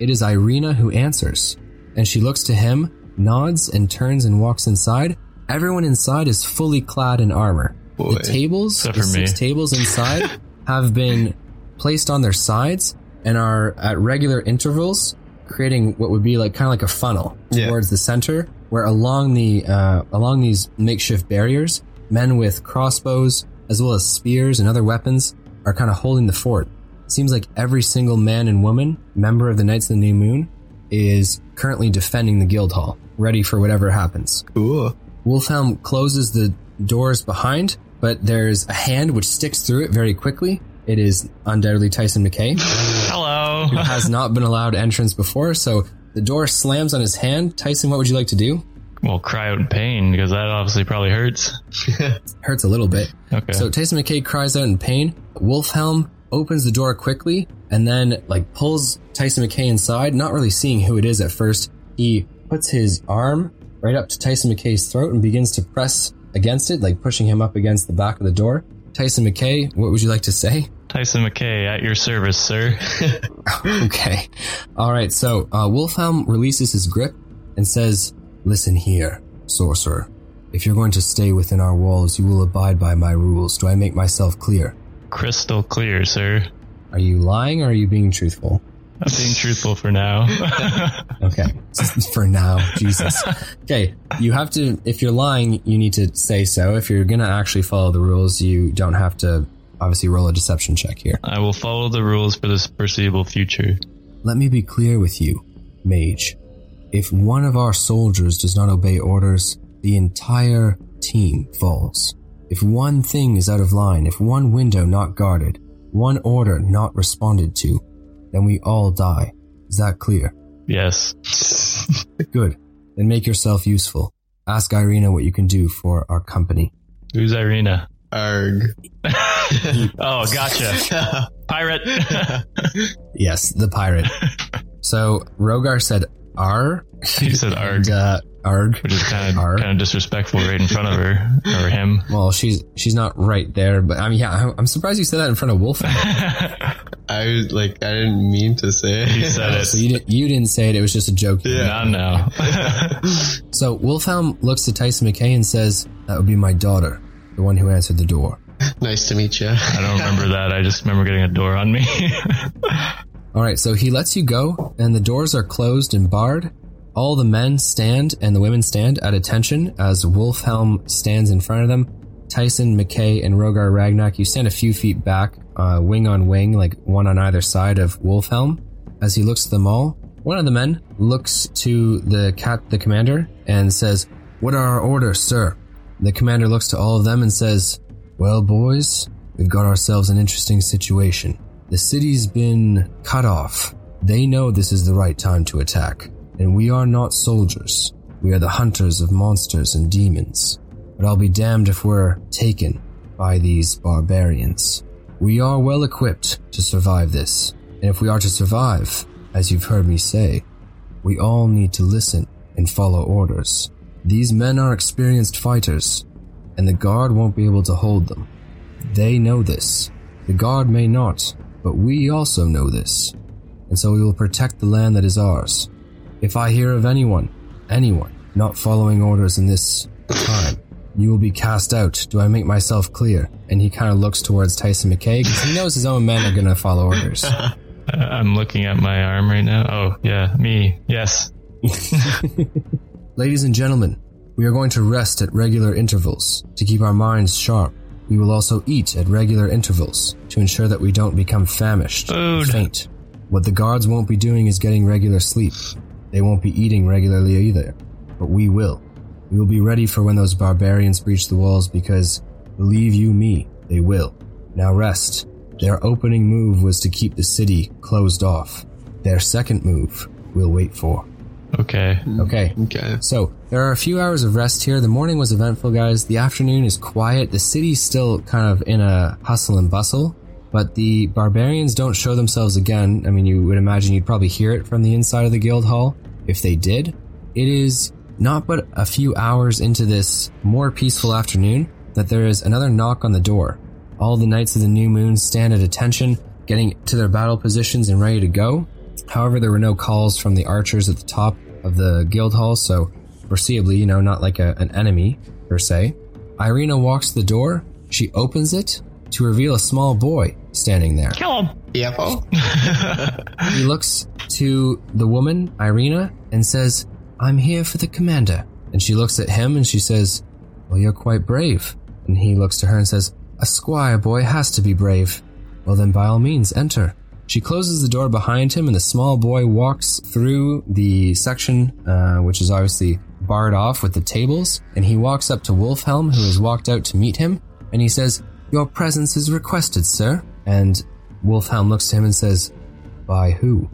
A: it is Irina who answers, and she looks to him, nods, and turns and walks inside. Everyone inside is fully clad in armor.
C: Boy.
A: The tables,
B: Except
A: the
B: for
A: six
B: me.
A: tables inside, have been placed on their sides and are at regular intervals, creating what would be like kind of like a funnel
C: Yeah.
A: towards the center, where along the uh, along these makeshift barriers, men with crossbows as well as spears and other weapons are kind of holding the fort. Seems like every single man and woman, member of the Knights of the New Moon, is currently defending the guild hall, ready for whatever happens.
C: Cool.
A: Wolfhelm closes the doors behind, but there's a hand which sticks through it very quickly. It is undoubtedly Tyson McKay,
B: Hello.
A: who has not been allowed entrance before, so the door slams on his hand. Tyson, what would you like to do?
B: well, cry out in pain because that obviously probably hurts.
A: Hurts a little bit.
B: Okay.
A: So Tyson McKay cries out in pain. Wolfhelm opens the door quickly and then like pulls Tyson McKay inside, not really seeing who it is at first. He puts his arm right up to Tyson McKay's throat and begins to press against it, like pushing him up against the back of the door. Tyson McKay, what would you like to say?
B: Tyson McKay at your service, sir.
A: okay. All right. So uh, Wolfhelm releases his grip and says, "Listen here, sorcerer. If you're going to stay within our walls, you will abide by my rules. Do I make myself clear?"
B: Crystal clear, sir.
A: Are you lying or are you being truthful?
B: I'm being truthful for now.
A: Okay. For now, Jesus. Okay. You have to, if you're lying, you need to say so. If you're going to actually follow the rules, you don't have to obviously roll a deception check here.
B: I will follow the rules for this foreseeable future.
A: Let me be clear with you, mage. If one of our soldiers does not obey orders, the entire team falls. If one thing is out of line, if one window not guarded, one order not responded to, then we all die. Is that clear?
B: Yes.
A: Good. Then make yourself useful. Ask Irina what you can do for our company.
B: Who's Irina?
C: Arg.
B: Oh, gotcha. Pirate.
A: Yes, the pirate. so Rogar said "R"
B: he said arg,
A: and uh, "arg."
B: which is kind of
A: Arg.
B: kind of disrespectful right in front of her or him.
A: Well, she's she's not right there, but I mean, yeah, I'm- I'm surprised you said that in front of Wolf.
C: I was like, I didn't mean to say
B: he
C: it.
B: said
A: so
B: it.
A: you didn't you didn't say it. It was just a joke.
C: Yeah.
B: Not now.
A: So Wolfhelm looks to Tyson McKay and says, "That would be my daughter, the one who answered the door."
C: nice to meet you.
B: I don't remember that. I just remember getting a door on me.
A: All right, so he lets you go, and the doors are closed and barred. All the men stand and the women stand at attention as Wolfhelm stands in front of them. Tyson, McKay, and Rogar Ragnak, you stand a few feet back, uh, wing on wing, like one on either side of Wolfhelm. As he looks to them all, one of the men looks to the cat, the commander, and says, "What are our orders, sir?" The commander looks to all of them and says, well, boys, we've got ourselves an interesting situation. The city's been cut off. They know this is the right time to attack, and we are not soldiers. We are the hunters of monsters and demons. But I'll be damned if we're taken. by these barbarians. We are well equipped to survive this, and if we are to survive, as you've heard me say, we all need to listen and follow orders. These men are experienced fighters, and the guard won't be able to hold them. They know this. The guard may not, but we also know this. And so we will protect the land that is ours. If I hear of anyone, anyone, not following orders in this time, you will be cast out. Do I make myself clear? And he kind of looks towards Tyson McKay because he knows his own men are going to follow orders.
B: I- Uh, I'm looking at my arm right now. Oh, yeah, me. Yes.
A: Ladies and gentlemen, we are going to rest at regular intervals to keep our minds sharp. We will also eat at regular intervals to ensure that we don't become famished or
B: Food.
A: faint. What the guards won't be doing is getting regular sleep. They won't be eating regularly either, but we will. We will be ready for when those barbarians breach the walls because, believe you me, they will. Now rest. Their opening move was to keep the city closed off. Their second move we'll wait for.
B: Okay.
A: Okay.
C: Okay.
A: So there are a few hours of rest here. The morning was eventful, guys. The afternoon is quiet. The city's still kind of in a hustle and bustle, but the barbarians don't show themselves again. I mean, you would imagine you'd probably hear it from the inside of the guild hall if they did. It is not but a few hours into this more peaceful afternoon that there is another knock on the door. All the knights of the new moon stand at attention, getting to their battle positions and ready to go. However, there were no calls from the archers at the top of the guild hall, so foreseeably, you know, not like a, an enemy per se. Irina walks to the door. She opens it to reveal a small boy standing there.
B: Kill him.
C: Yep.
A: He looks to the woman, Irina, and says, I'm here for the commander. And she looks at him and she says, Well, you're quite brave. And he looks to her and says, A squire boy has to be brave. Well, then by all means, enter. She closes the door behind him and the small boy walks through the section, uh, which is obviously barred off with the tables. And he walks up to Wolfhelm, who has walked out to meet him. And he says, Your presence is requested, sir. And Wolfhelm looks to him and says, by who?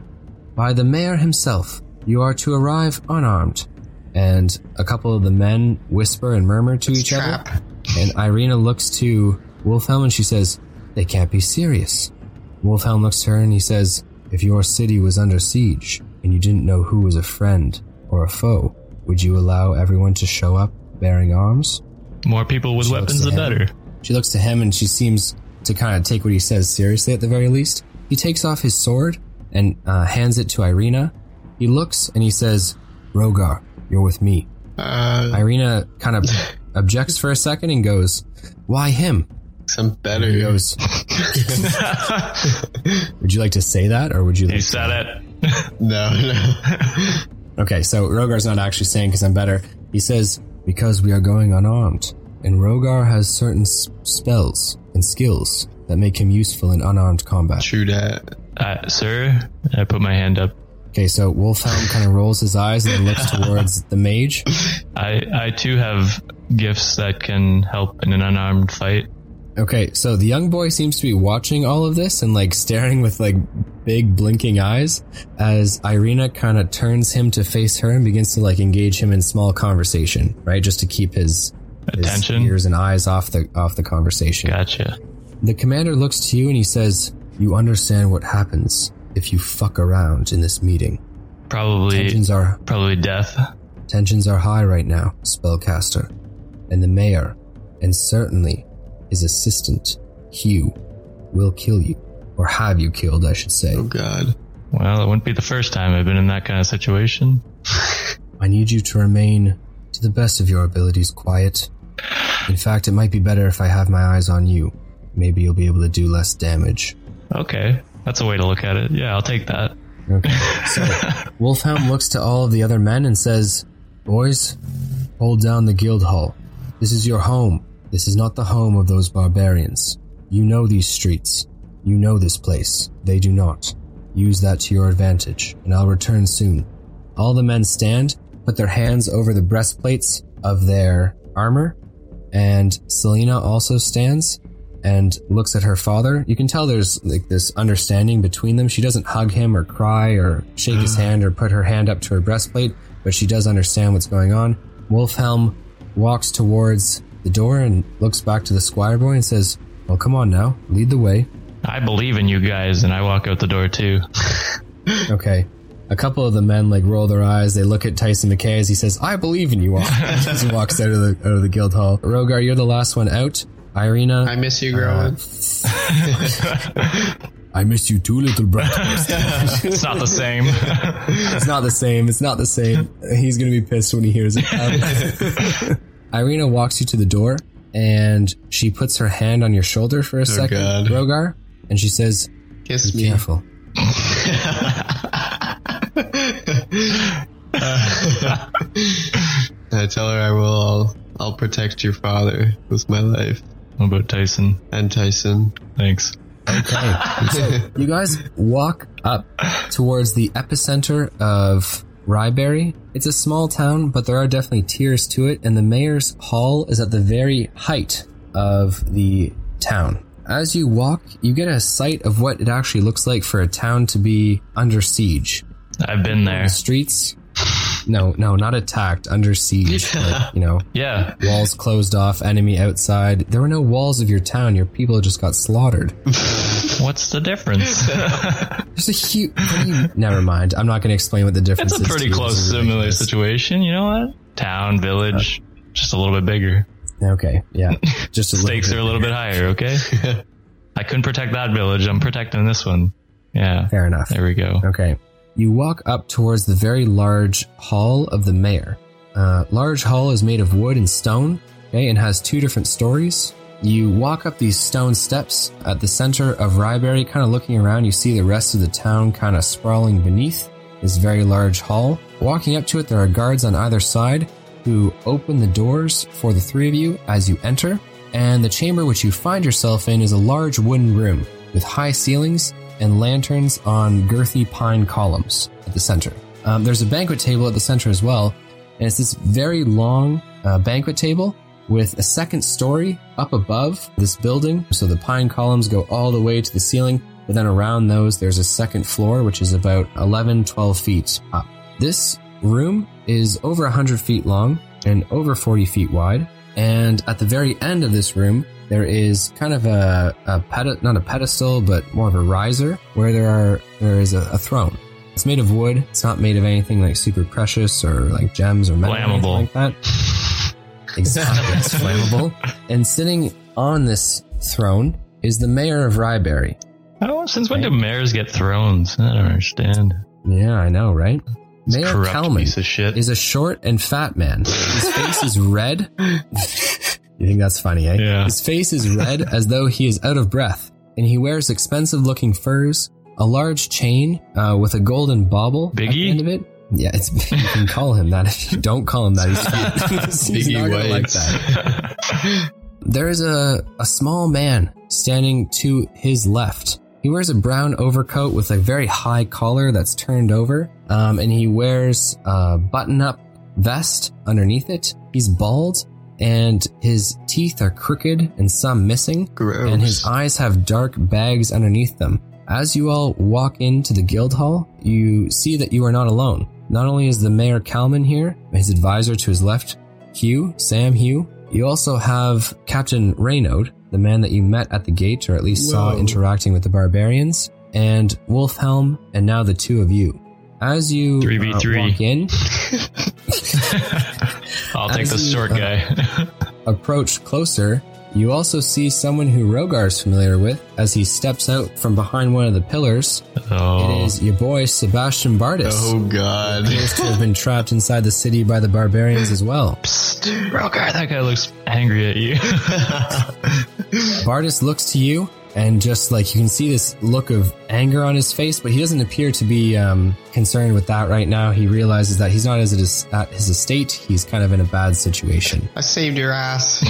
A: By the mayor himself. You are to arrive unarmed. And a couple of the men whisper and murmur to each other. And Irina looks to Wolfhelm and she says, They can't be serious. Wolfhelm looks to her and he says, If your city was under siege and you didn't know who was a friend or a foe, would you allow everyone to show up bearing arms?
B: More people with
A: looks
B: weapons, the
A: at him.
B: better.
A: She looks to him and she seems to kind of take what he says seriously at the very least. He takes off his sword and uh, hands it to Irina. He looks and he says, Rogar, you're with me.
C: Uh,
A: Irina kind of objects for a second and goes, Why him?
C: some better.
A: He goes, Would you like to say that or would you
B: You
A: like
B: said it.
C: No, no.
A: Okay, so Rogar's not actually saying because I'm better. He says, because we are going unarmed. And Rogar has certain s- spells and skills that make him useful in unarmed combat.
C: True that.
B: Uh, sir, I put my hand up.
A: Okay, so Wolfhelm kind of rolls his eyes and then looks towards the mage.
B: I, I too have gifts that can help in an unarmed fight.
A: Okay, so the young boy seems to be watching all of this and like staring with like big blinking eyes as Irina kind of turns him to face her and begins to like engage him in small conversation, right? Just to keep his, his
B: Attention.
A: ears and eyes off the off the conversation.
B: Gotcha.
A: The commander looks to you and he says, "You understand what happens if you fuck around in this meeting.
B: Probably,
A: Tensions are
B: probably death.
A: Tensions are high right now, spellcaster, and the mayor, and certainly his assistant, Hugh, will kill you, or have you killed, I should say.
C: Oh God.
B: Well, it wouldn't be the first time I've been in that kind of situation.
A: I need you to remain, to the best of your abilities, quiet. In fact, it might be better if I have my eyes on you. Maybe you'll be able to do less damage.
B: Okay, that's a way to look at it. Yeah, I'll take that.
A: Okay. So, Wolfhelm looks to all of the other men and says, Boys, hold down the guild hall. This is your home. This is not the home of those barbarians. You know these streets. You know this place. They do not. Use that to your advantage, and I'll return soon. All the men stand, put their hands over the breastplates of their armor, and Selena also stands and looks at her father. You can tell there's like this understanding between them. She doesn't hug him or cry or shake his hand or put her hand up to her breastplate, but she does understand what's going on. Wolfhelm walks towards the door and looks back to the squire boy and says, Well, come on now, lead the way.
B: I believe in you guys, and I walk out the door too.
A: Okay. A couple of the men like roll their eyes. They look at Tyson McKay as he says, "I believe in you all." He just walks out of the out of the guild hall. Rogar, you're the last one out. Irina,
C: I miss you,
A: Uh,
C: growing.
A: I miss you too, little brat.
B: it's not the same.
A: it's not the same. It's not the same. He's gonna be pissed when he hears it. Um, Irina walks you to the door, and she puts her hand on your shoulder for a second,
C: God.
A: Rogar, and she says,
C: Kiss me.
A: "Careful."
C: I tell her I will. I'll, I'll protect your father with my life
B: what about Tyson?
C: and Tyson.
B: Thanks.
A: Okay. So you guys walk up towards the epicenter of Ryberry. It's a small town, but there are definitely tiers to it, and the mayor's hall is at the very height of the town. As you walk, you get a sight of what it actually looks like for a town to be under siege.
B: I've been there.
A: The streets. No, no, not attacked, under siege. Like, you know,
B: Yeah.
A: walls closed off, enemy outside. There were no walls of your town. Your people just got slaughtered.
B: What's the difference?
A: There's a huge. Never mind. I'm not going to explain what the difference
B: It's
A: is.
B: a pretty
A: to you.
B: close
A: This is
B: similar
A: ridiculous.
B: situation. You know what? Town, village, just a little bit bigger.
A: Okay. Yeah. Just a
B: Stakes are a
A: little.
B: little bit higher. Okay. I couldn't protect that village. I'm protecting this one. Yeah.
A: bit- Fair enough.
B: There we go.
A: Okay. You walk up towards the very large hall of the mayor. Uh, large hall is made of wood and stone, okay, and has two different stories. You walk up these stone steps at the center of Ryberry, kind of looking around. You see the rest of the town kind of sprawling beneath this very large hall. Walking up to it, there are guards on either side who open the doors for the three of you as you enter. And the chamber which you find yourself in is a large wooden room with high ceilings and lanterns on girthy pine columns at the center. Um, there's a banquet table at the center as well, and it's this very long uh, banquet table with a second story up above this building. So the pine columns go all the way to the ceiling, but then around those, there's a second floor, which is about 11, 12 feet uh, up. This room is over 100 feet long and over 40 feet wide. And at the very end of this room, there is kind of a, a pedi- not a pedestal, but more of a riser where there are there is a, a throne. It's made of wood. It's not made of anything like super precious or like gems or metal or anything
B: Flammable.
A: like that. Exactly, it's flammable. And sitting on this throne is the mayor of Ryberry.
B: Oh, since when do mayors get thrones? I don't understand.
A: Yeah, I know, right? Mayor
B: Corrupt
A: Kalman
B: piece of shit.
A: is a short and fat man. His face is red. you think that's funny, eh?
B: Yeah.
A: His face is red as though he is out of breath, and he wears expensive looking furs, a large chain uh, with a golden bobble at the
B: Biggie?
A: end of it. Yeah, it's, you can call him that. If you don't call him that, he's fat. he's
C: Biggie
A: not gonna like
C: Waves.
A: that. There is a, a small man standing to his left. He wears a brown overcoat with a very high collar that's turned over, um, and he wears a button up vest underneath it. He's bald, and his teeth are crooked and some missing,
C: Gross.
A: and his eyes have dark bags underneath them. As you all walk into the guild hall, you see that you are not alone. Not only is the mayor Kalman here, his advisor to his left, Hugh, Sam Hugh, you also have Captain Reynaud, the man that you met at the gate or at least saw
C: Whoa.
A: interacting with the barbarians, and Wolfhelm, and now the two of you. As you uh,
B: 3v3.
A: walk in,
B: I'll take the
A: As you-
B: short guy.
A: approach closer, you also see someone who Rogar is familiar with as he steps out from behind one of the pillars. It
B: oh,
A: is your boy Sebastian Bardis.
C: oh God.
A: Appears to have been trapped inside the city by the barbarians as well.
B: Psst, bro, guy, that guy looks angry at you.
A: Bardis looks to you and just like you can see this look of anger on his face, but he doesn't appear to be um, concerned with that right now. He realizes that he's not as it is at his estate. He's kind of in a bad situation.
C: I saved your ass.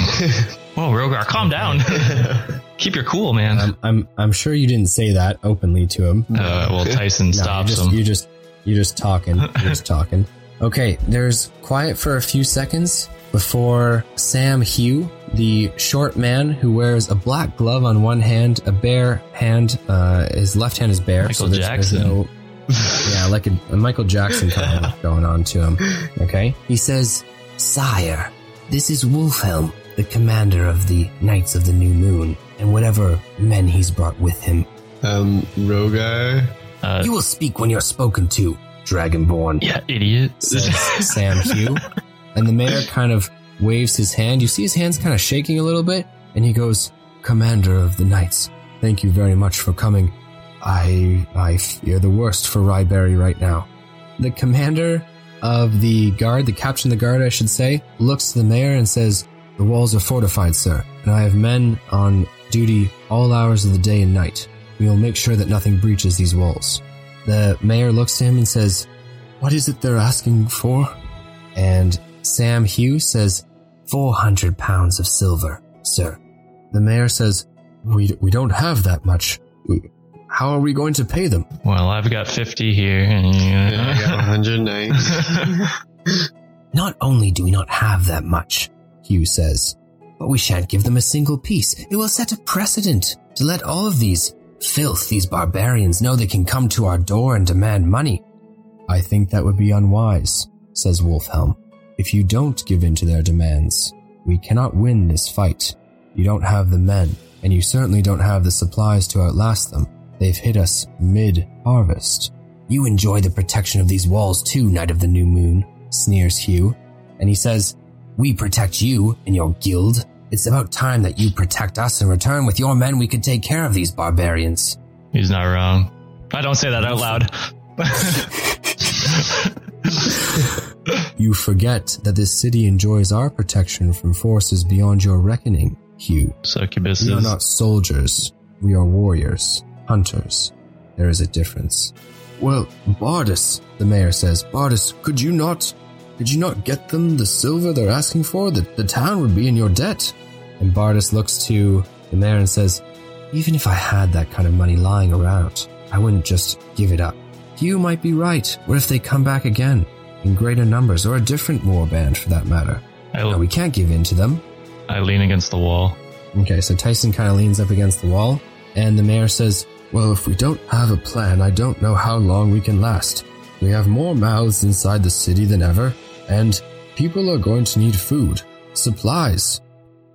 B: Whoa, Rogar, calm down. Keep your cool, man.
A: I'm, I'm, I'm sure you didn't say that openly to him.
B: uh, well, Tyson
A: No,
B: stops
A: you're just,
B: him.
A: You're just, you're just talking. You're just talking. Okay, there's quiet for a few seconds before Sam Hugh, the short man who wears a black glove on one hand, a bare hand, uh, his left hand is bare.
B: Michael Jackson.
A: no, yeah, like a, a Michael Jackson kind of look going on to him. Okay, he says, "Sire, this is Wolfhelm, the commander of the Knights of the New Moon, and whatever men he's brought with him.
C: Um, Rogai.
B: Uh,
A: You will speak when you're spoken to, Dragonborn.
B: yeah, idiot.
A: says Sam Hugh. And the mayor kind of waves his hand. You see his hands kind of shaking a little bit, and he goes, Commander of the Knights, thank you very much for coming. I I fear the worst for Ryberry right now. The commander of the guard, the captain of the guard, I should say, looks to the mayor and says, The walls are fortified, sir, and I have men on duty all hours of the day and night. We will make sure that nothing breaches these walls. The mayor looks to him and says, what is it they're asking for? And Sam Hugh says, 400 pounds of silver, sir. The mayor says, we, we don't have that much. We, how are we going to pay them?
B: well, I've got 50 here. And,
C: Yeah, I got 109.
A: Not only do we not have that much, Hugh says, but we shan't give them a single piece. It will set a precedent to let all of these filth, these barbarians, know they can come to our door and demand money. I think that would be unwise, says Wolfhelm. If you don't give in to their demands, we cannot win this fight. You don't have the men, and you certainly don't have the supplies to outlast them. They've hit us mid harvest. You enjoy the protection of these walls too, Knight of the New Moon, sneers Hugh. And he says, We protect you and your guild. It's about time that you protect us in return. With your men, we could take care of these barbarians.
B: He's not wrong. I don't say that out loud.
A: You forget that this city enjoys our protection from forces beyond your reckoning, Hugh.
B: Succubus
A: We are
B: is-
A: not soldiers. We are warriors, hunters. There is a difference. Well, Bardus, the mayor says, Bardus, could you not, could you not get them the silver they're asking for? The, the town would be in your debt. And Bardus looks to the mayor and says, even if I had that kind of money lying around, I wouldn't just give it up. You might be right. What if they come back again in greater numbers or a different warband for that matter? No,
B: I,
A: we can't give in to them.
B: I lean against the wall.
A: Okay, so Tyson kind of leans up against the wall, and the mayor says, Well, if we don't have a plan, I don't know how long we can last. We have more mouths inside the city than ever, and people are going to need food, supplies.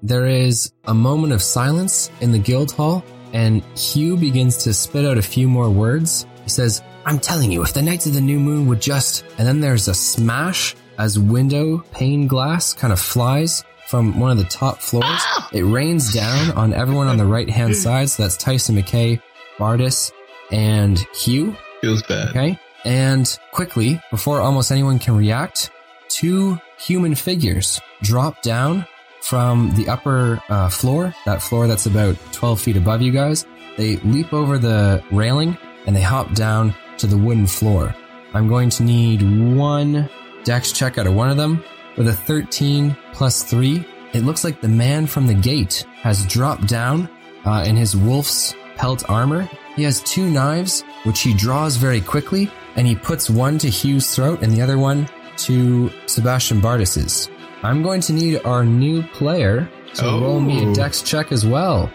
A: There is a moment of silence in the guild hall, and Hugh begins to spit out a few more words. He says, I'm telling you, if the Knights of the New Moon would just. And then there's a smash as window pane glass kind of flies from one of the top floors. It rains down on everyone on the right hand side. So that's Tyson McKay, Bardis, and Hugh.
C: Feels bad.
A: Okay. And quickly, before almost anyone can react, two human figures drop down from the upper uh, floor, that floor that's about 12 feet above you guys. They leap over the railing and they hop down to the wooden floor. I'm going to need one dex check out of one of them with a 13 plus 3. It looks like the man from the gate has dropped down uh, in his wolf's pelt armor. He has two knives, which he draws very quickly, and he puts one to Hugh's throat and the other one to Sebastian Bardis's. I'm going to need our new player to
C: Oh.
A: roll me a dex check as well.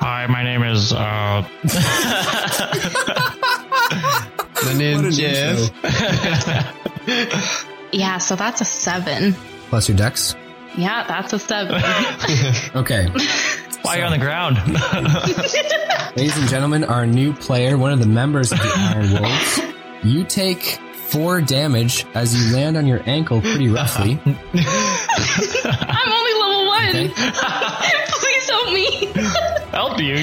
B: Hi, my name is. Uh...
C: My name's Jeff.
D: Yeah, so that's a seven.
A: Plus your dex.
D: Yeah, that's a seven.
A: Okay.
B: Why are you on the ground?
A: Ladies and gentlemen, our new player, one of the members of the Iron Wolves, you take four damage as you land on your ankle pretty roughly.
D: I'm only level one.
A: Okay.
D: Please help me.
B: Help you.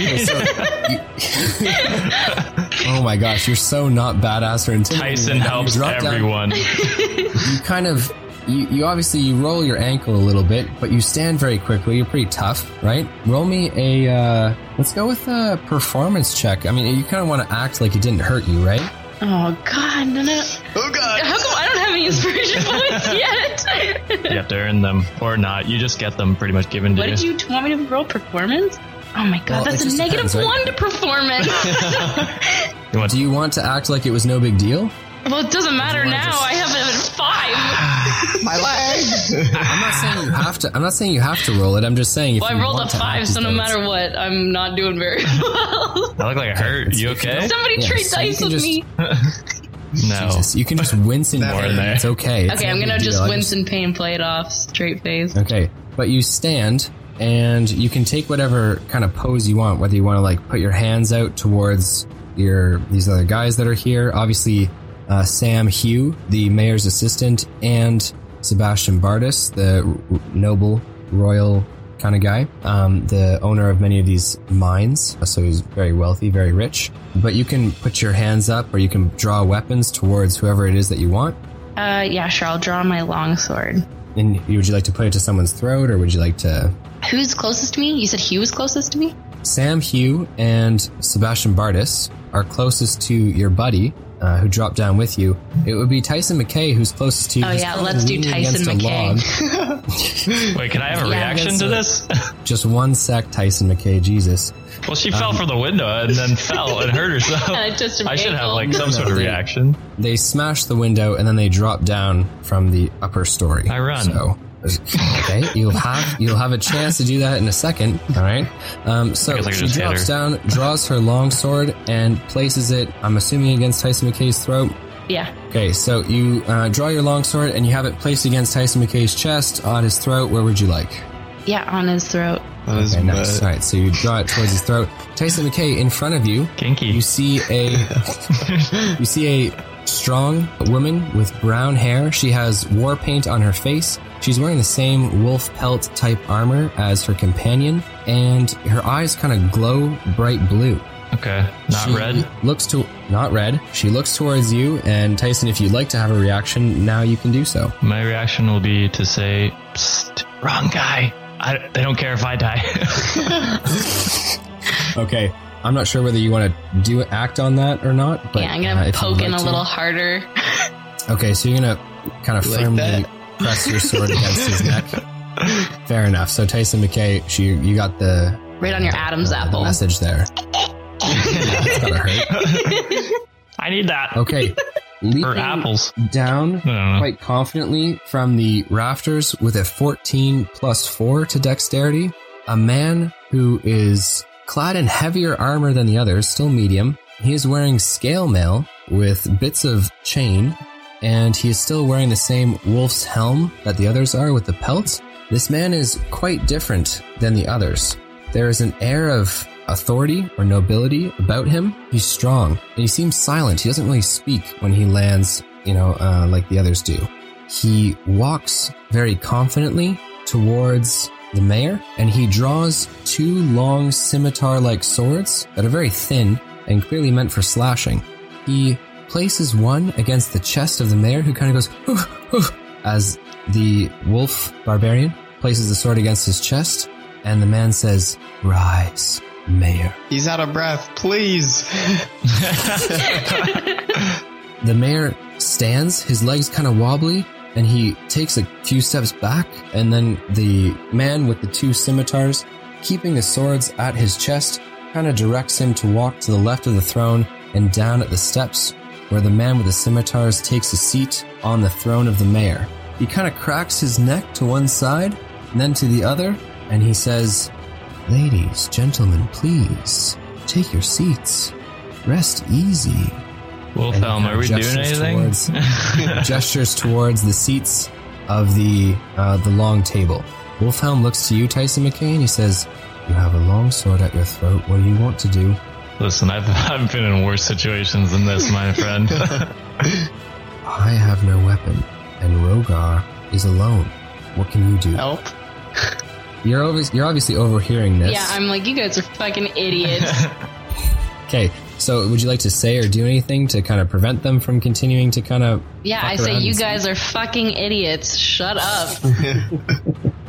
A: Oh my gosh, you're so not badass or intimidating.
B: Tyson
A: You
B: helps
A: drop down-
B: everyone.
A: you kind of, you, you obviously you roll your ankle a little bit, but you stand very quickly. You're pretty tough, right? Roll me a. Uh, let's go with a performance check. I mean, you kind of want to act like it didn't hurt you, right?
D: Oh God, no, no.
C: Oh god!
D: How come I don't have any inspiration points yet?
B: You have to earn them or not. You just get them pretty much given to
D: what did you want me to roll? Performance? Oh my
A: Well,
D: God,
A: it
D: that's
A: just
D: a negative
A: depends, right?
D: one to performance.
B: You want-
A: Do you want to act like it was no big deal?
D: well, it doesn't matter now. I have it at five.
A: My leg. I'm not saying you have to. I'm not saying you have to roll it. I'm just saying if
D: Well,
A: you
D: I rolled a
A: want to
D: five,
A: act
D: so
A: as
D: no
A: though
D: matter
A: it's-
D: what, I'm not doing very well.
B: I look like I hurt. You okay?
D: Somebody
A: Yeah,
D: trade
A: so you
D: dice
A: can
D: with
A: just-
D: me.
B: No.
A: Jesus, you can just wince in
C: That
A: pain.
B: in there.
A: It's okay. It's
D: Okay,
A: no
D: I'm
A: big
D: gonna
A: deal.
D: just
A: I
D: wince in pain, play it off straight face.
A: Okay, but you stand and you can take whatever kind of pose you want, whether you want to like put your hands out towards your these other guys that are here. Obviously, uh, Sam Hugh, the mayor's assistant, and Sebastian Bardis, the r- noble royal kind of guy, um, the owner of many of these mines. Uh, So he's very wealthy, very rich. But you can put your hands up, or you can draw weapons towards whoever it is that you want.
D: Uh, yeah, sure. I'll draw my longsword.
A: And you- would you like to put it to someone's throat, or would you like to
D: Who's closest to me? You said Hugh was closest to me.
A: Sam Hugh and Sebastian Bardis are closest to your buddy uh, who dropped down with you. It would be Tyson McKay who's closest to you.
D: Oh
A: He's
D: yeah,
A: kinda
D: let's do
A: leaning
D: Tyson
A: against a log.
D: McKay.
B: Wait, can I have a
D: Yeah,
B: reaction
A: that's
B: to
A: a-
B: this?
A: Just one sec, Tyson McKay. Jesus.
B: well, she
A: Um,
B: fell from the window and then fell and hurt herself.
D: Uh, just a
B: I should have
D: bagel.
B: like some sort of
A: Yeah.
B: reaction.
A: They smash the window and then they drop down from the upper story.
B: I run.
A: So, okay, you'll have you'll have a chance to do that in a second. All right. Um, so
B: guess I could
A: she
B: just hit
A: drops
B: her.
A: down, draws her long sword, and places it. I'm assuming against Tyson McKay's throat.
D: Yeah.
A: Okay, so you uh, draw your longsword and you have it placed against Tyson McKay's chest, on his throat. Where would you like?
D: Yeah, on his throat.
C: That is
A: Okay, nice.
C: bad.
A: All right, so you draw it towards his throat. Tyson McKay in front of you. You
B: Kinky.
A: see a you see a strong woman with brown hair. She has war paint on her face. She's wearing the same wolf pelt type armor as her companion, and her eyes kind of glow bright blue.
B: Okay. Not
A: She
B: red.
A: Looks to not red. She looks towards you, and Tyson. If you'd like to have a reaction, now you can do so.
B: My reaction will be to say, Psst, wrong guy. I, they don't care if I die.
A: Okay, I'm not sure whether you want to do act on that or not. But
D: yeah, I'm gonna
A: uh, if you'd
D: poke in
A: like
D: a
A: to-
D: little harder.
A: Okay, so you're gonna kind of
C: Like
A: firmly
C: that.
A: press your sword against his neck. Fair enough. So Tyson McKay, she, you got the
D: Right on your Adam's
A: uh,
D: apple.
A: message there. That's gotta hurt.
B: I need that.
A: Okay, leaping
B: Or apples.
A: down
B: I don't know.
A: quite confidently from the rafters with a 14 plus 4 to dexterity. A man who is clad in heavier armor than the others, still medium. He is wearing scale mail with bits of chain, and he is still wearing the same wolf's helm that the others are with the pelt. This man is quite different than the others. There is an air of authority or nobility about him. He's strong, and he seems silent. He doesn't really speak when he lands, you know, uh, like the others do. He walks very confidently towards the mayor, and he draws two long scimitar like swords that are very thin and clearly meant for slashing. He places one against the chest of the mayor, who kind of goes, "Oof, oof," as the wolf barbarian places the sword against his chest, and the man says, Rise, mayor.
C: He's out of breath. Please.
A: The mayor stands, his legs kind of wobbly, and he takes a few steps back, and then the man with the two scimitars, keeping the swords at his chest, kind of directs him to walk to the left of the throne and down at the steps, where the man with the scimitars takes a seat on the throne of the mayor. He kind of cracks his neck to one side, and then to the other, and he says, Ladies, gentlemen, please, take your seats. Rest easy
B: Wolf
A: And
B: Helm,
A: kind
B: are
A: of
B: we doing
A: gestures
B: anything?
A: towards- gestures towards the seats of the uh, the long table. Wolfhelm looks to you, Tyson McKay, and he says, "You have a long sword at your throat. What do you want to do?"
B: Listen, I've, I've been in worse situations than this, my friend.
A: I have no weapon, and Rogar is alone. What can you do?
C: Help.
A: You're obvi- you're obviously overhearing this.
D: Yeah, I'm like, you guys are fucking idiots.
A: okay, so would you like to say or do anything to kind of prevent them from continuing to kind of?
D: Yeah, I
A: Fuck
D: say
A: around
D: you
A: and
D: guys are fucking idiots. Shut up.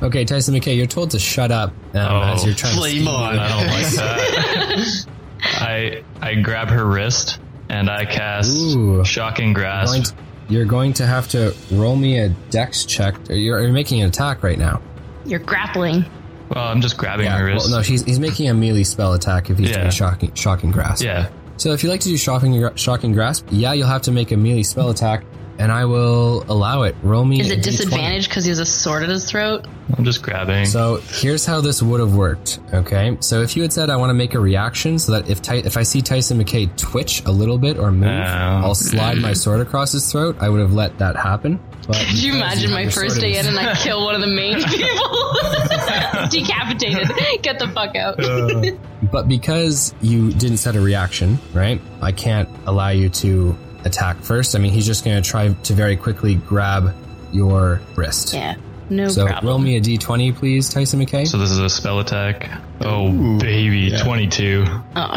A: Okay, Tyson McKay, you're told to shut up um,
B: Oh,
A: as you're trying to
C: Flame on.
B: I don't like that. I I grab her wrist and I cast
A: Ooh.
B: shocking grasp.
A: going to- you're going to have to roll me a dex check. You're, you're making an attack right now.
D: You're grappling.
B: well, I'm just grabbing her
A: well,
B: wrist.
A: no, he's, he's making a melee spell attack if he's
B: Yeah.
A: doing shocking, shocking grasp.
B: yeah,
A: So if you like to do shocking, gra- shocking grasp, yeah, you'll have to make a melee spell attack and I will allow it. Roll me.
D: Is
A: a
D: it
A: D20.
D: disadvantage because he has a sword at his throat?
B: I'm just grabbing.
A: So here's how this would have worked. Okay, so if you had said I want to make a reaction, so that if Ty- if I see Tyson McKay twitch a little bit or move,
B: Oh.
A: I'll slide my sword across his throat. I would have let that happen. But
D: Could you imagine my
A: your
D: first
A: sword
D: day
A: is-
D: in and I kill one of the main people? Decapitated. Get the fuck out.
A: Uh, But because you didn't set a reaction, right? I can't allow you to attack first. I mean, he's just going to try to very quickly grab your wrist.
D: yeah. No
A: so
D: problem.
A: roll me a d20, please, Tyson McKay.
B: So this is a spell attack. Oh
C: Ooh,
B: baby,
C: yeah.
B: twenty two.
D: Oh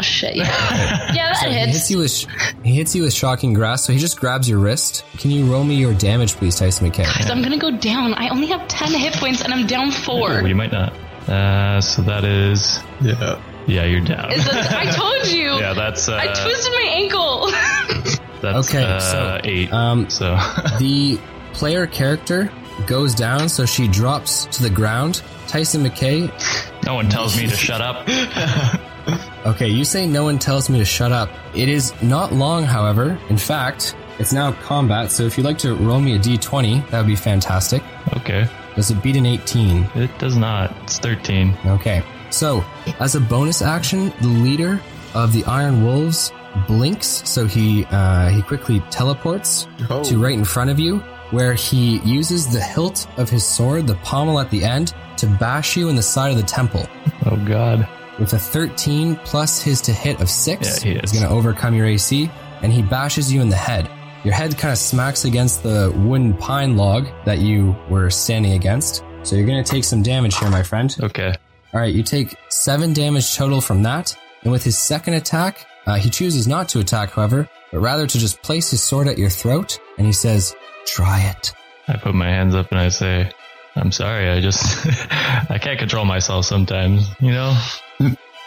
D: shit. Yeah, yeah that
A: So he
D: hits.
A: hits you with sh- he hits you with shocking grass. So he just grabs your wrist. Can you roll me your damage, please, Tyson McKay?
D: So I'm gonna go down. I only have ten hit points and I'm down four.
B: Well, you might not. Uh, so that is
C: Yeah.
B: yeah, you're down.
D: Is that- I told you.
B: yeah, that's uh,
D: I twisted my ankle.
B: that's
A: Okay,
B: uh,
A: so,
B: eight.
A: Um,
B: so
A: the player character goes down, so she drops to the ground. Tyson McKay.
B: no one tells me to shut up.
A: Okay, you say no one tells me to shut up. It is not long, however. In fact, it's now combat. So if you'd like to roll me a d20, that would be fantastic.
B: Okay,
A: Does it beat an 18?
B: it does not. It's thirteen.
A: Okay. So, as a bonus action, the leader of the Iron Wolves blinks, so he uh, he quickly teleports
C: Oh.
A: to right in front of you, where he uses the hilt of his sword, the pommel at the end, to bash you in the side of the temple.
B: Oh god.
A: With a 13 plus his to hit of 6,
B: Yeah, he
A: he's
B: is.
A: going to overcome your AC, and he bashes you in the head. Your head kind of smacks against the wooden pine log that you were standing against. So you're going to take some damage here, my friend.
B: Okay.
A: All right, you take seven damage total from that. And with his second attack, uh, he chooses not to attack, however, but rather to just place his sword at your throat. And he says, "Try it."
B: I put my hands up and I say, I'm sorry, I just I can't control myself sometimes, you know?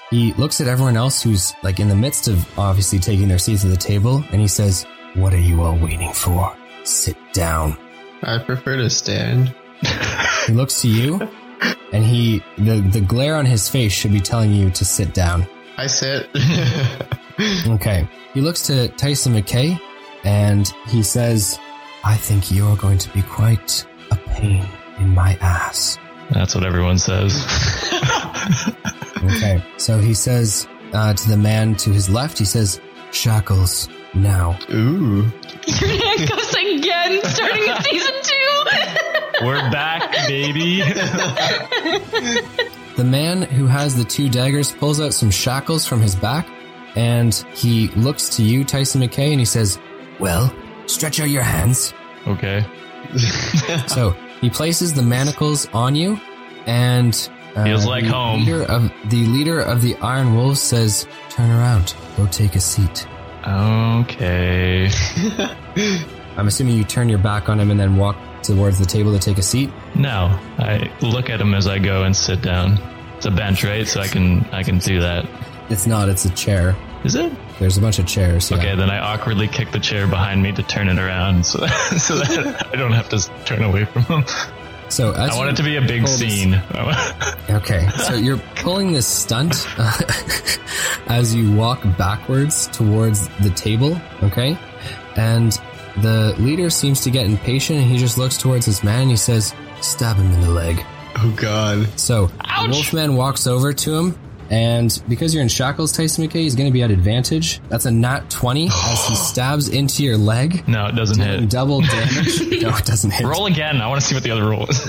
A: He looks at everyone else who's like in the midst of obviously taking their seats at the table, and he says, "What are you all waiting for? Sit down."
C: I prefer to stand.
A: He looks to you, and he the the glare on his face should be telling you to sit down.
C: I sit.
A: Okay. He looks to Tyson McKay and he says, I think you're going to be quite a pain in my ass.
B: That's what everyone says.
A: Okay. so he says uh, to the man to his left, he says, Shackles, now.
C: Ooh.
D: You're handcuffs again, starting in season two.
B: We're back, baby.
A: The man who has the two daggers pulls out some shackles from his back and he looks to you, Tyson McKay, and he says, Well, stretch out your hands.
B: Okay.
A: So he places the manacles on you, and uh,
B: Feels like
A: the
B: home.
A: Leader of the leader of the Iron Wolves says, "Turn around, go take a seat."
B: Okay.
A: I'm assuming you turn your back on him and then walk towards the table to take a seat.
B: Now I look at him as I go and sit down. It's a bench, right? So I can I can do that.
A: It's not; it's a chair.
B: Is it?
A: There's a bunch of chairs. yeah.
B: Okay, then I awkwardly kick the chair behind me to turn it around so that, so that I don't have to s- turn away from him.
A: So as
B: I
A: you-
B: want it to be a big
A: Hold this.
B: scene.
A: Okay, so you're pulling this stunt uh, as you walk backwards towards the table, okay? And the leader seems to get impatient and he just looks towards his man and he says, Stab him in the leg.
C: Oh god.
A: So
D: Ouch.
A: Wolfman walks over to him, and because you're in shackles, Tyson McKay, he's going to be at advantage. That's a nat 20 as he stabs into your leg.
B: no, it doesn't hit.
A: Double damage. no, it doesn't hit.
B: Roll again. I want to see what the other roll is.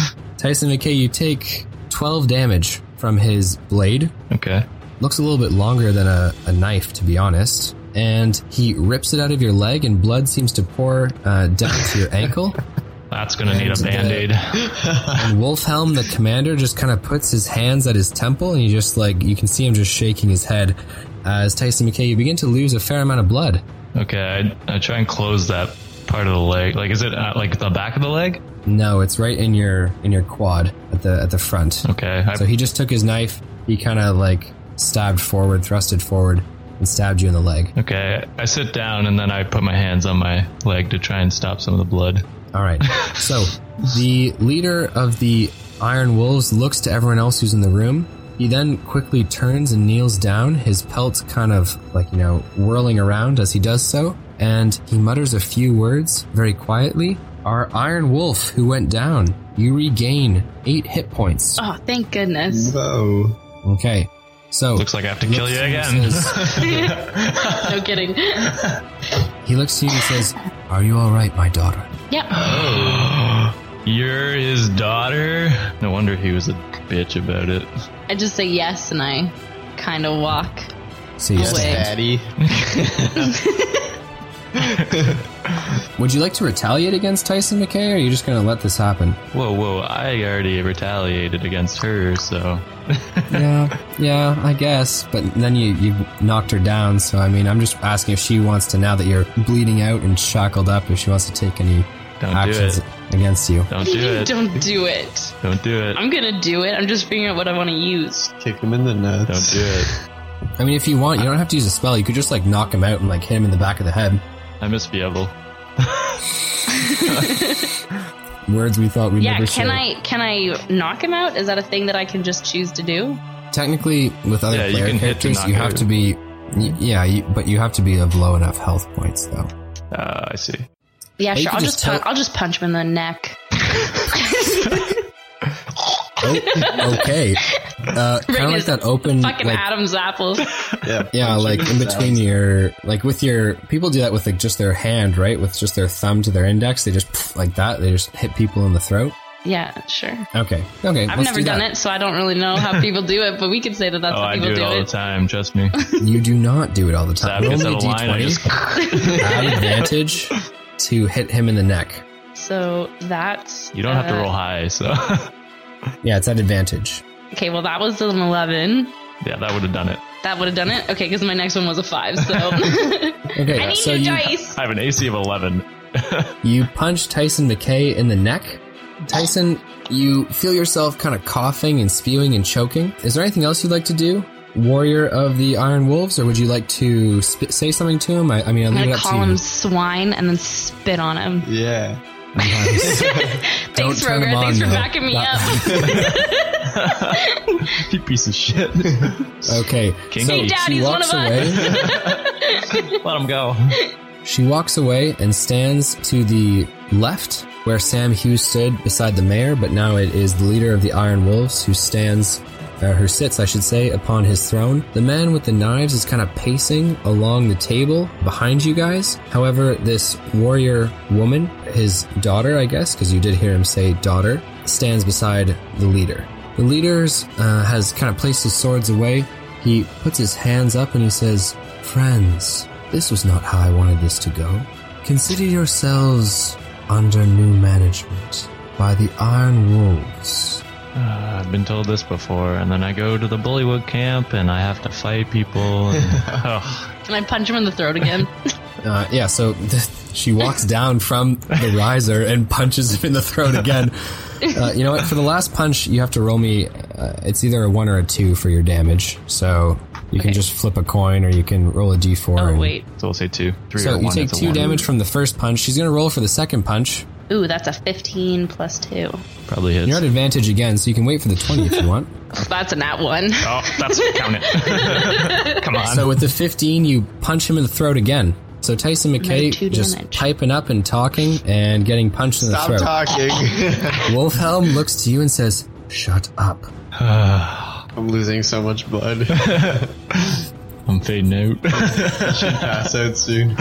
A: Tyson McKay, you take 12 damage from his blade.
B: okay.
A: Looks a little bit longer than a, a knife, to be honest. And he rips it out of your leg, and blood seems to pour uh, down to your ankle.
B: That's gonna need
A: And
B: a
A: the-
B: band aid.
A: And Wolfhelm, the commander, just kind of puts his hands at his temple, and he just like you can see him just shaking his head. Uh, As Tyson McKay, you begin to lose a fair amount of blood.
B: Okay, I, I try and close that part of the leg. Like, is it uh, like the back of the leg?
A: No, it's right in your in your quad at the at the front.
B: Okay, I,
A: So he just took his knife. He kind of like stabbed forward, thrusted forward, and stabbed you in the leg.
B: okay. I sit down and then I put my hands on my leg to try and stop some of the blood.
A: All right. So the leader of the Iron Wolves looks to everyone else who's in the room. He then quickly turns and kneels down, his pelt kind of like, you know, whirling around as he does so. and he mutters a few words very quietly. Our Iron Wolf, who went down, you regain eight hit points.
D: Oh, thank goodness.
C: Whoa.
A: Okay, so
B: Looks like I have to kill you
A: looks to and
B: again.
A: says-
D: No kidding.
A: he looks to you and says, "Are you all right, my daughter?"
D: Yep.
B: Oh. You're his daughter? No wonder he was a bitch about it.
D: I just say yes and I kind of walk.
A: So you
D: Yes,
A: say,
D: Wait.
C: Daddy.
A: "Would you like to retaliate against Tyson McKay, or are you just going to let this happen?"
B: Whoa, whoa, I already retaliated against her, so.
A: yeah, yeah, I guess. But then you you knocked her down. So I mean, I'm just asking if she wants to now that you're bleeding out and shackled up, if she wants to take any
B: Don't
A: actions
B: do it.
A: against you.
B: Don't do it. Don't,
D: Don't do it.
B: do it.
D: I'm gonna do it. I'm just figuring out what I want to use.
C: Kick him in the
B: Don't
C: nuts.
B: do it.
A: I mean, if you want, you don't have to use a spell. You could just like knock him out and like hit him in the back of the head.
B: I miss Fievel.
A: Words we thought we'd
D: Yeah,
A: never
D: can
A: say.
D: I can I knock him out? Is that a thing that I can just choose to do?
A: Technically, with other
B: Yeah, you
A: player
B: can hit to
A: characters,
B: knock
A: you
B: her
A: have
B: out.
A: to be. y- Yeah, you, but you have to be of low enough health points, though.
B: Ah, I see.
D: Yeah,
A: Or you
D: sure.
A: can
D: I'll
A: just
D: just pun-
A: tell-
D: I'll just punch him in the neck.
A: Oh, okay. Uh, kind of like
D: his
A: that open,
D: Fucking
A: Mm, like,
D: Adam's apple.
C: Yeah.
A: Yeah,
C: punch
A: like
C: him
A: in between your, like with your, people do that with like just their hand, right? With just their thumb to their index, they just pff, like that. They just hit people in the throat.
D: Yeah, sure.
A: Okay, okay.
D: I've
A: let's
D: never
A: do
D: done
A: that.
D: it, so I don't really know how people do it. But we can say that that's
B: Oh,
D: how
B: I do
D: people
B: it all
D: it.
B: the time, trust me.
A: You do not do it all the time.
B: Zap
A: Roll
B: gets
A: me
B: out
A: a
B: of line, I
A: d20.
B: just.
A: Add advantage to hit him in the neck.
D: So that's
B: You don't have to
D: uh,
B: roll high, so.
A: Yeah, it's at advantage.
D: Okay, well that was an eleven.
B: yeah, that would have done it.
D: That would have done it. Okay, because my next one was a five. So
A: Okay,
D: I need
A: so
D: new
A: you
D: dice.
B: I have an AC of 11.
A: You punch Tyson McKay in the neck. Tyson, you feel yourself kind of coughing and spewing and choking. Is there anything else you'd like to do, Warrior of the Iron Wolves, or would you like to sp- say something to him? I, I mean, I'll
D: I'm
A: leave it
D: gonna
A: up
D: call
A: to
D: him
A: you.
D: swine and then spit on him.
C: Yeah.
A: Nice. Don't
D: Thanks,
A: turn
D: Roger.
A: him on,
D: Thanks for
A: though.
D: backing me
A: That-
D: up.
B: You piece of shit.
A: okay,
B: King
A: so
B: Hey,
D: Dad,
A: she
D: he's one
A: walks
D: of us.
A: away.
B: Let him go.
A: She walks away and stands to the left where Sam Hughes stood beside the mayor, but now it is the leader of the Iron Wolves who stands, or who sits, I should say, upon his throne. The man with the knives is kind of pacing along the table behind you guys. However, this warrior woman, his daughter, I guess, because you did hear him say daughter, stands beside the leader. The leader uh, has kind of placed his swords away. He puts his hands up and he says, Friends, this was not how I wanted this to go. Consider yourselves under new management by the Iron Wolves.
B: Uh, I've been told this before, and then I go to the Bullywug camp and I have to fight people. and- Ugh.
D: Can I punch him in the throat again?
A: Uh, yeah, so she walks down from the riser and punches him in the throat again. Uh, you know what? For the last punch, you have to roll me. Uh, it's either a one or a two for your damage. So you can
D: Okay.
A: just flip a coin, or you can roll a d4.
D: Oh
A: and-
D: wait.
B: so we'll say two, three,
A: So
B: or
A: you
B: one.
A: take
B: it's a
A: two
B: one.
A: damage from the first punch. She's going to roll for the second punch.
D: Ooh, that's a fifteen plus two.
B: Probably hits.
A: You're at advantage again, so you can wait for the 20 if you want.
D: That's a nat one.
B: oh, that's count it. Come on.
A: So with the 15, you punch him in the throat again. So Tyson
D: two
A: McKay just
D: damage.
A: piping up and talking and getting punched in the
C: Stop
A: throat.
C: talking.
A: Wolfhelm looks to you and says, "Shut up."
C: I'm losing so much blood.
B: I'm fading out.
C: Pass out soon.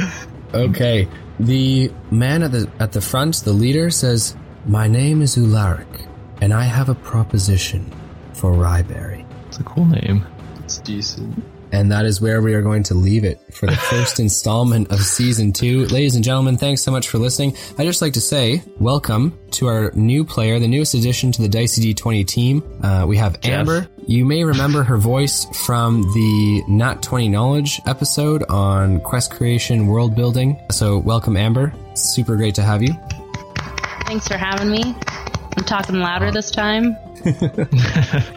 A: Okay. The man at the at the front, the leader, says, "My name is Ularic, and I have a proposition for Ryberry."
B: It's a cool name.
C: It's decent.
A: And that is where we are going to leave it for the first installment of season two. Ladies and gentlemen, thanks so much for listening. I'd just like to say welcome to our new player, the newest addition to the Dicey D20 team. Uh, we have Amber. You may remember her voice from the Not 20 Knowledge episode on quest creation world building. So, welcome, Amber. Super great to have you.
D: Thanks for having me. I'm talking
A: Oh.
D: louder this time.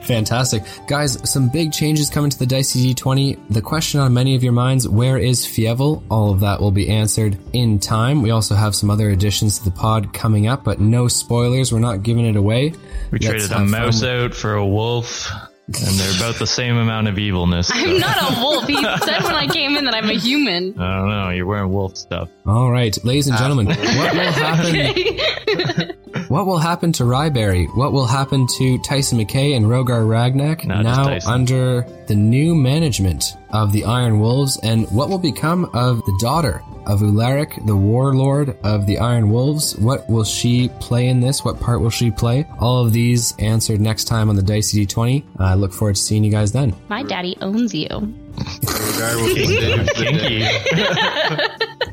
A: Fantastic. Guys, some big changes coming to the Dicey D20. The question on many of your minds, where is Fievel? All of that will be answered in time. We also have some other additions to the pod coming up, but no spoilers. We're not giving it away.
B: We
A: Let's
B: traded a
A: have fun
B: mouse
A: with-
B: out for a wolf. and they're about the same amount of evilness. so-
D: I'm not a wolf. He said when I came in that I'm a human.
B: I don't know. You're wearing wolf stuff.
A: All right, ladies and gentlemen, what will happen?
D: Okay.
A: What will happen to Ryberry? What will happen to Tyson McKay and Rogar Ragnak
B: No, just
A: now
B: Tyson.
A: under the new management of the Iron Wolves? And what will become of the daughter of Ularic, the warlord of the Iron Wolves? What will she play in this? What part will she play? All of these answered next time on the Dicey D20. I look forward to seeing you guys then.
D: My daddy owns you.
C: Rogar will save the day.
B: Kinky.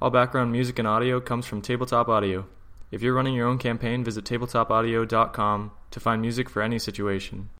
E: All background music and audio comes from Tabletop Audio. If you're running your own campaign, visit tabletopaudio.com to find music for any situation.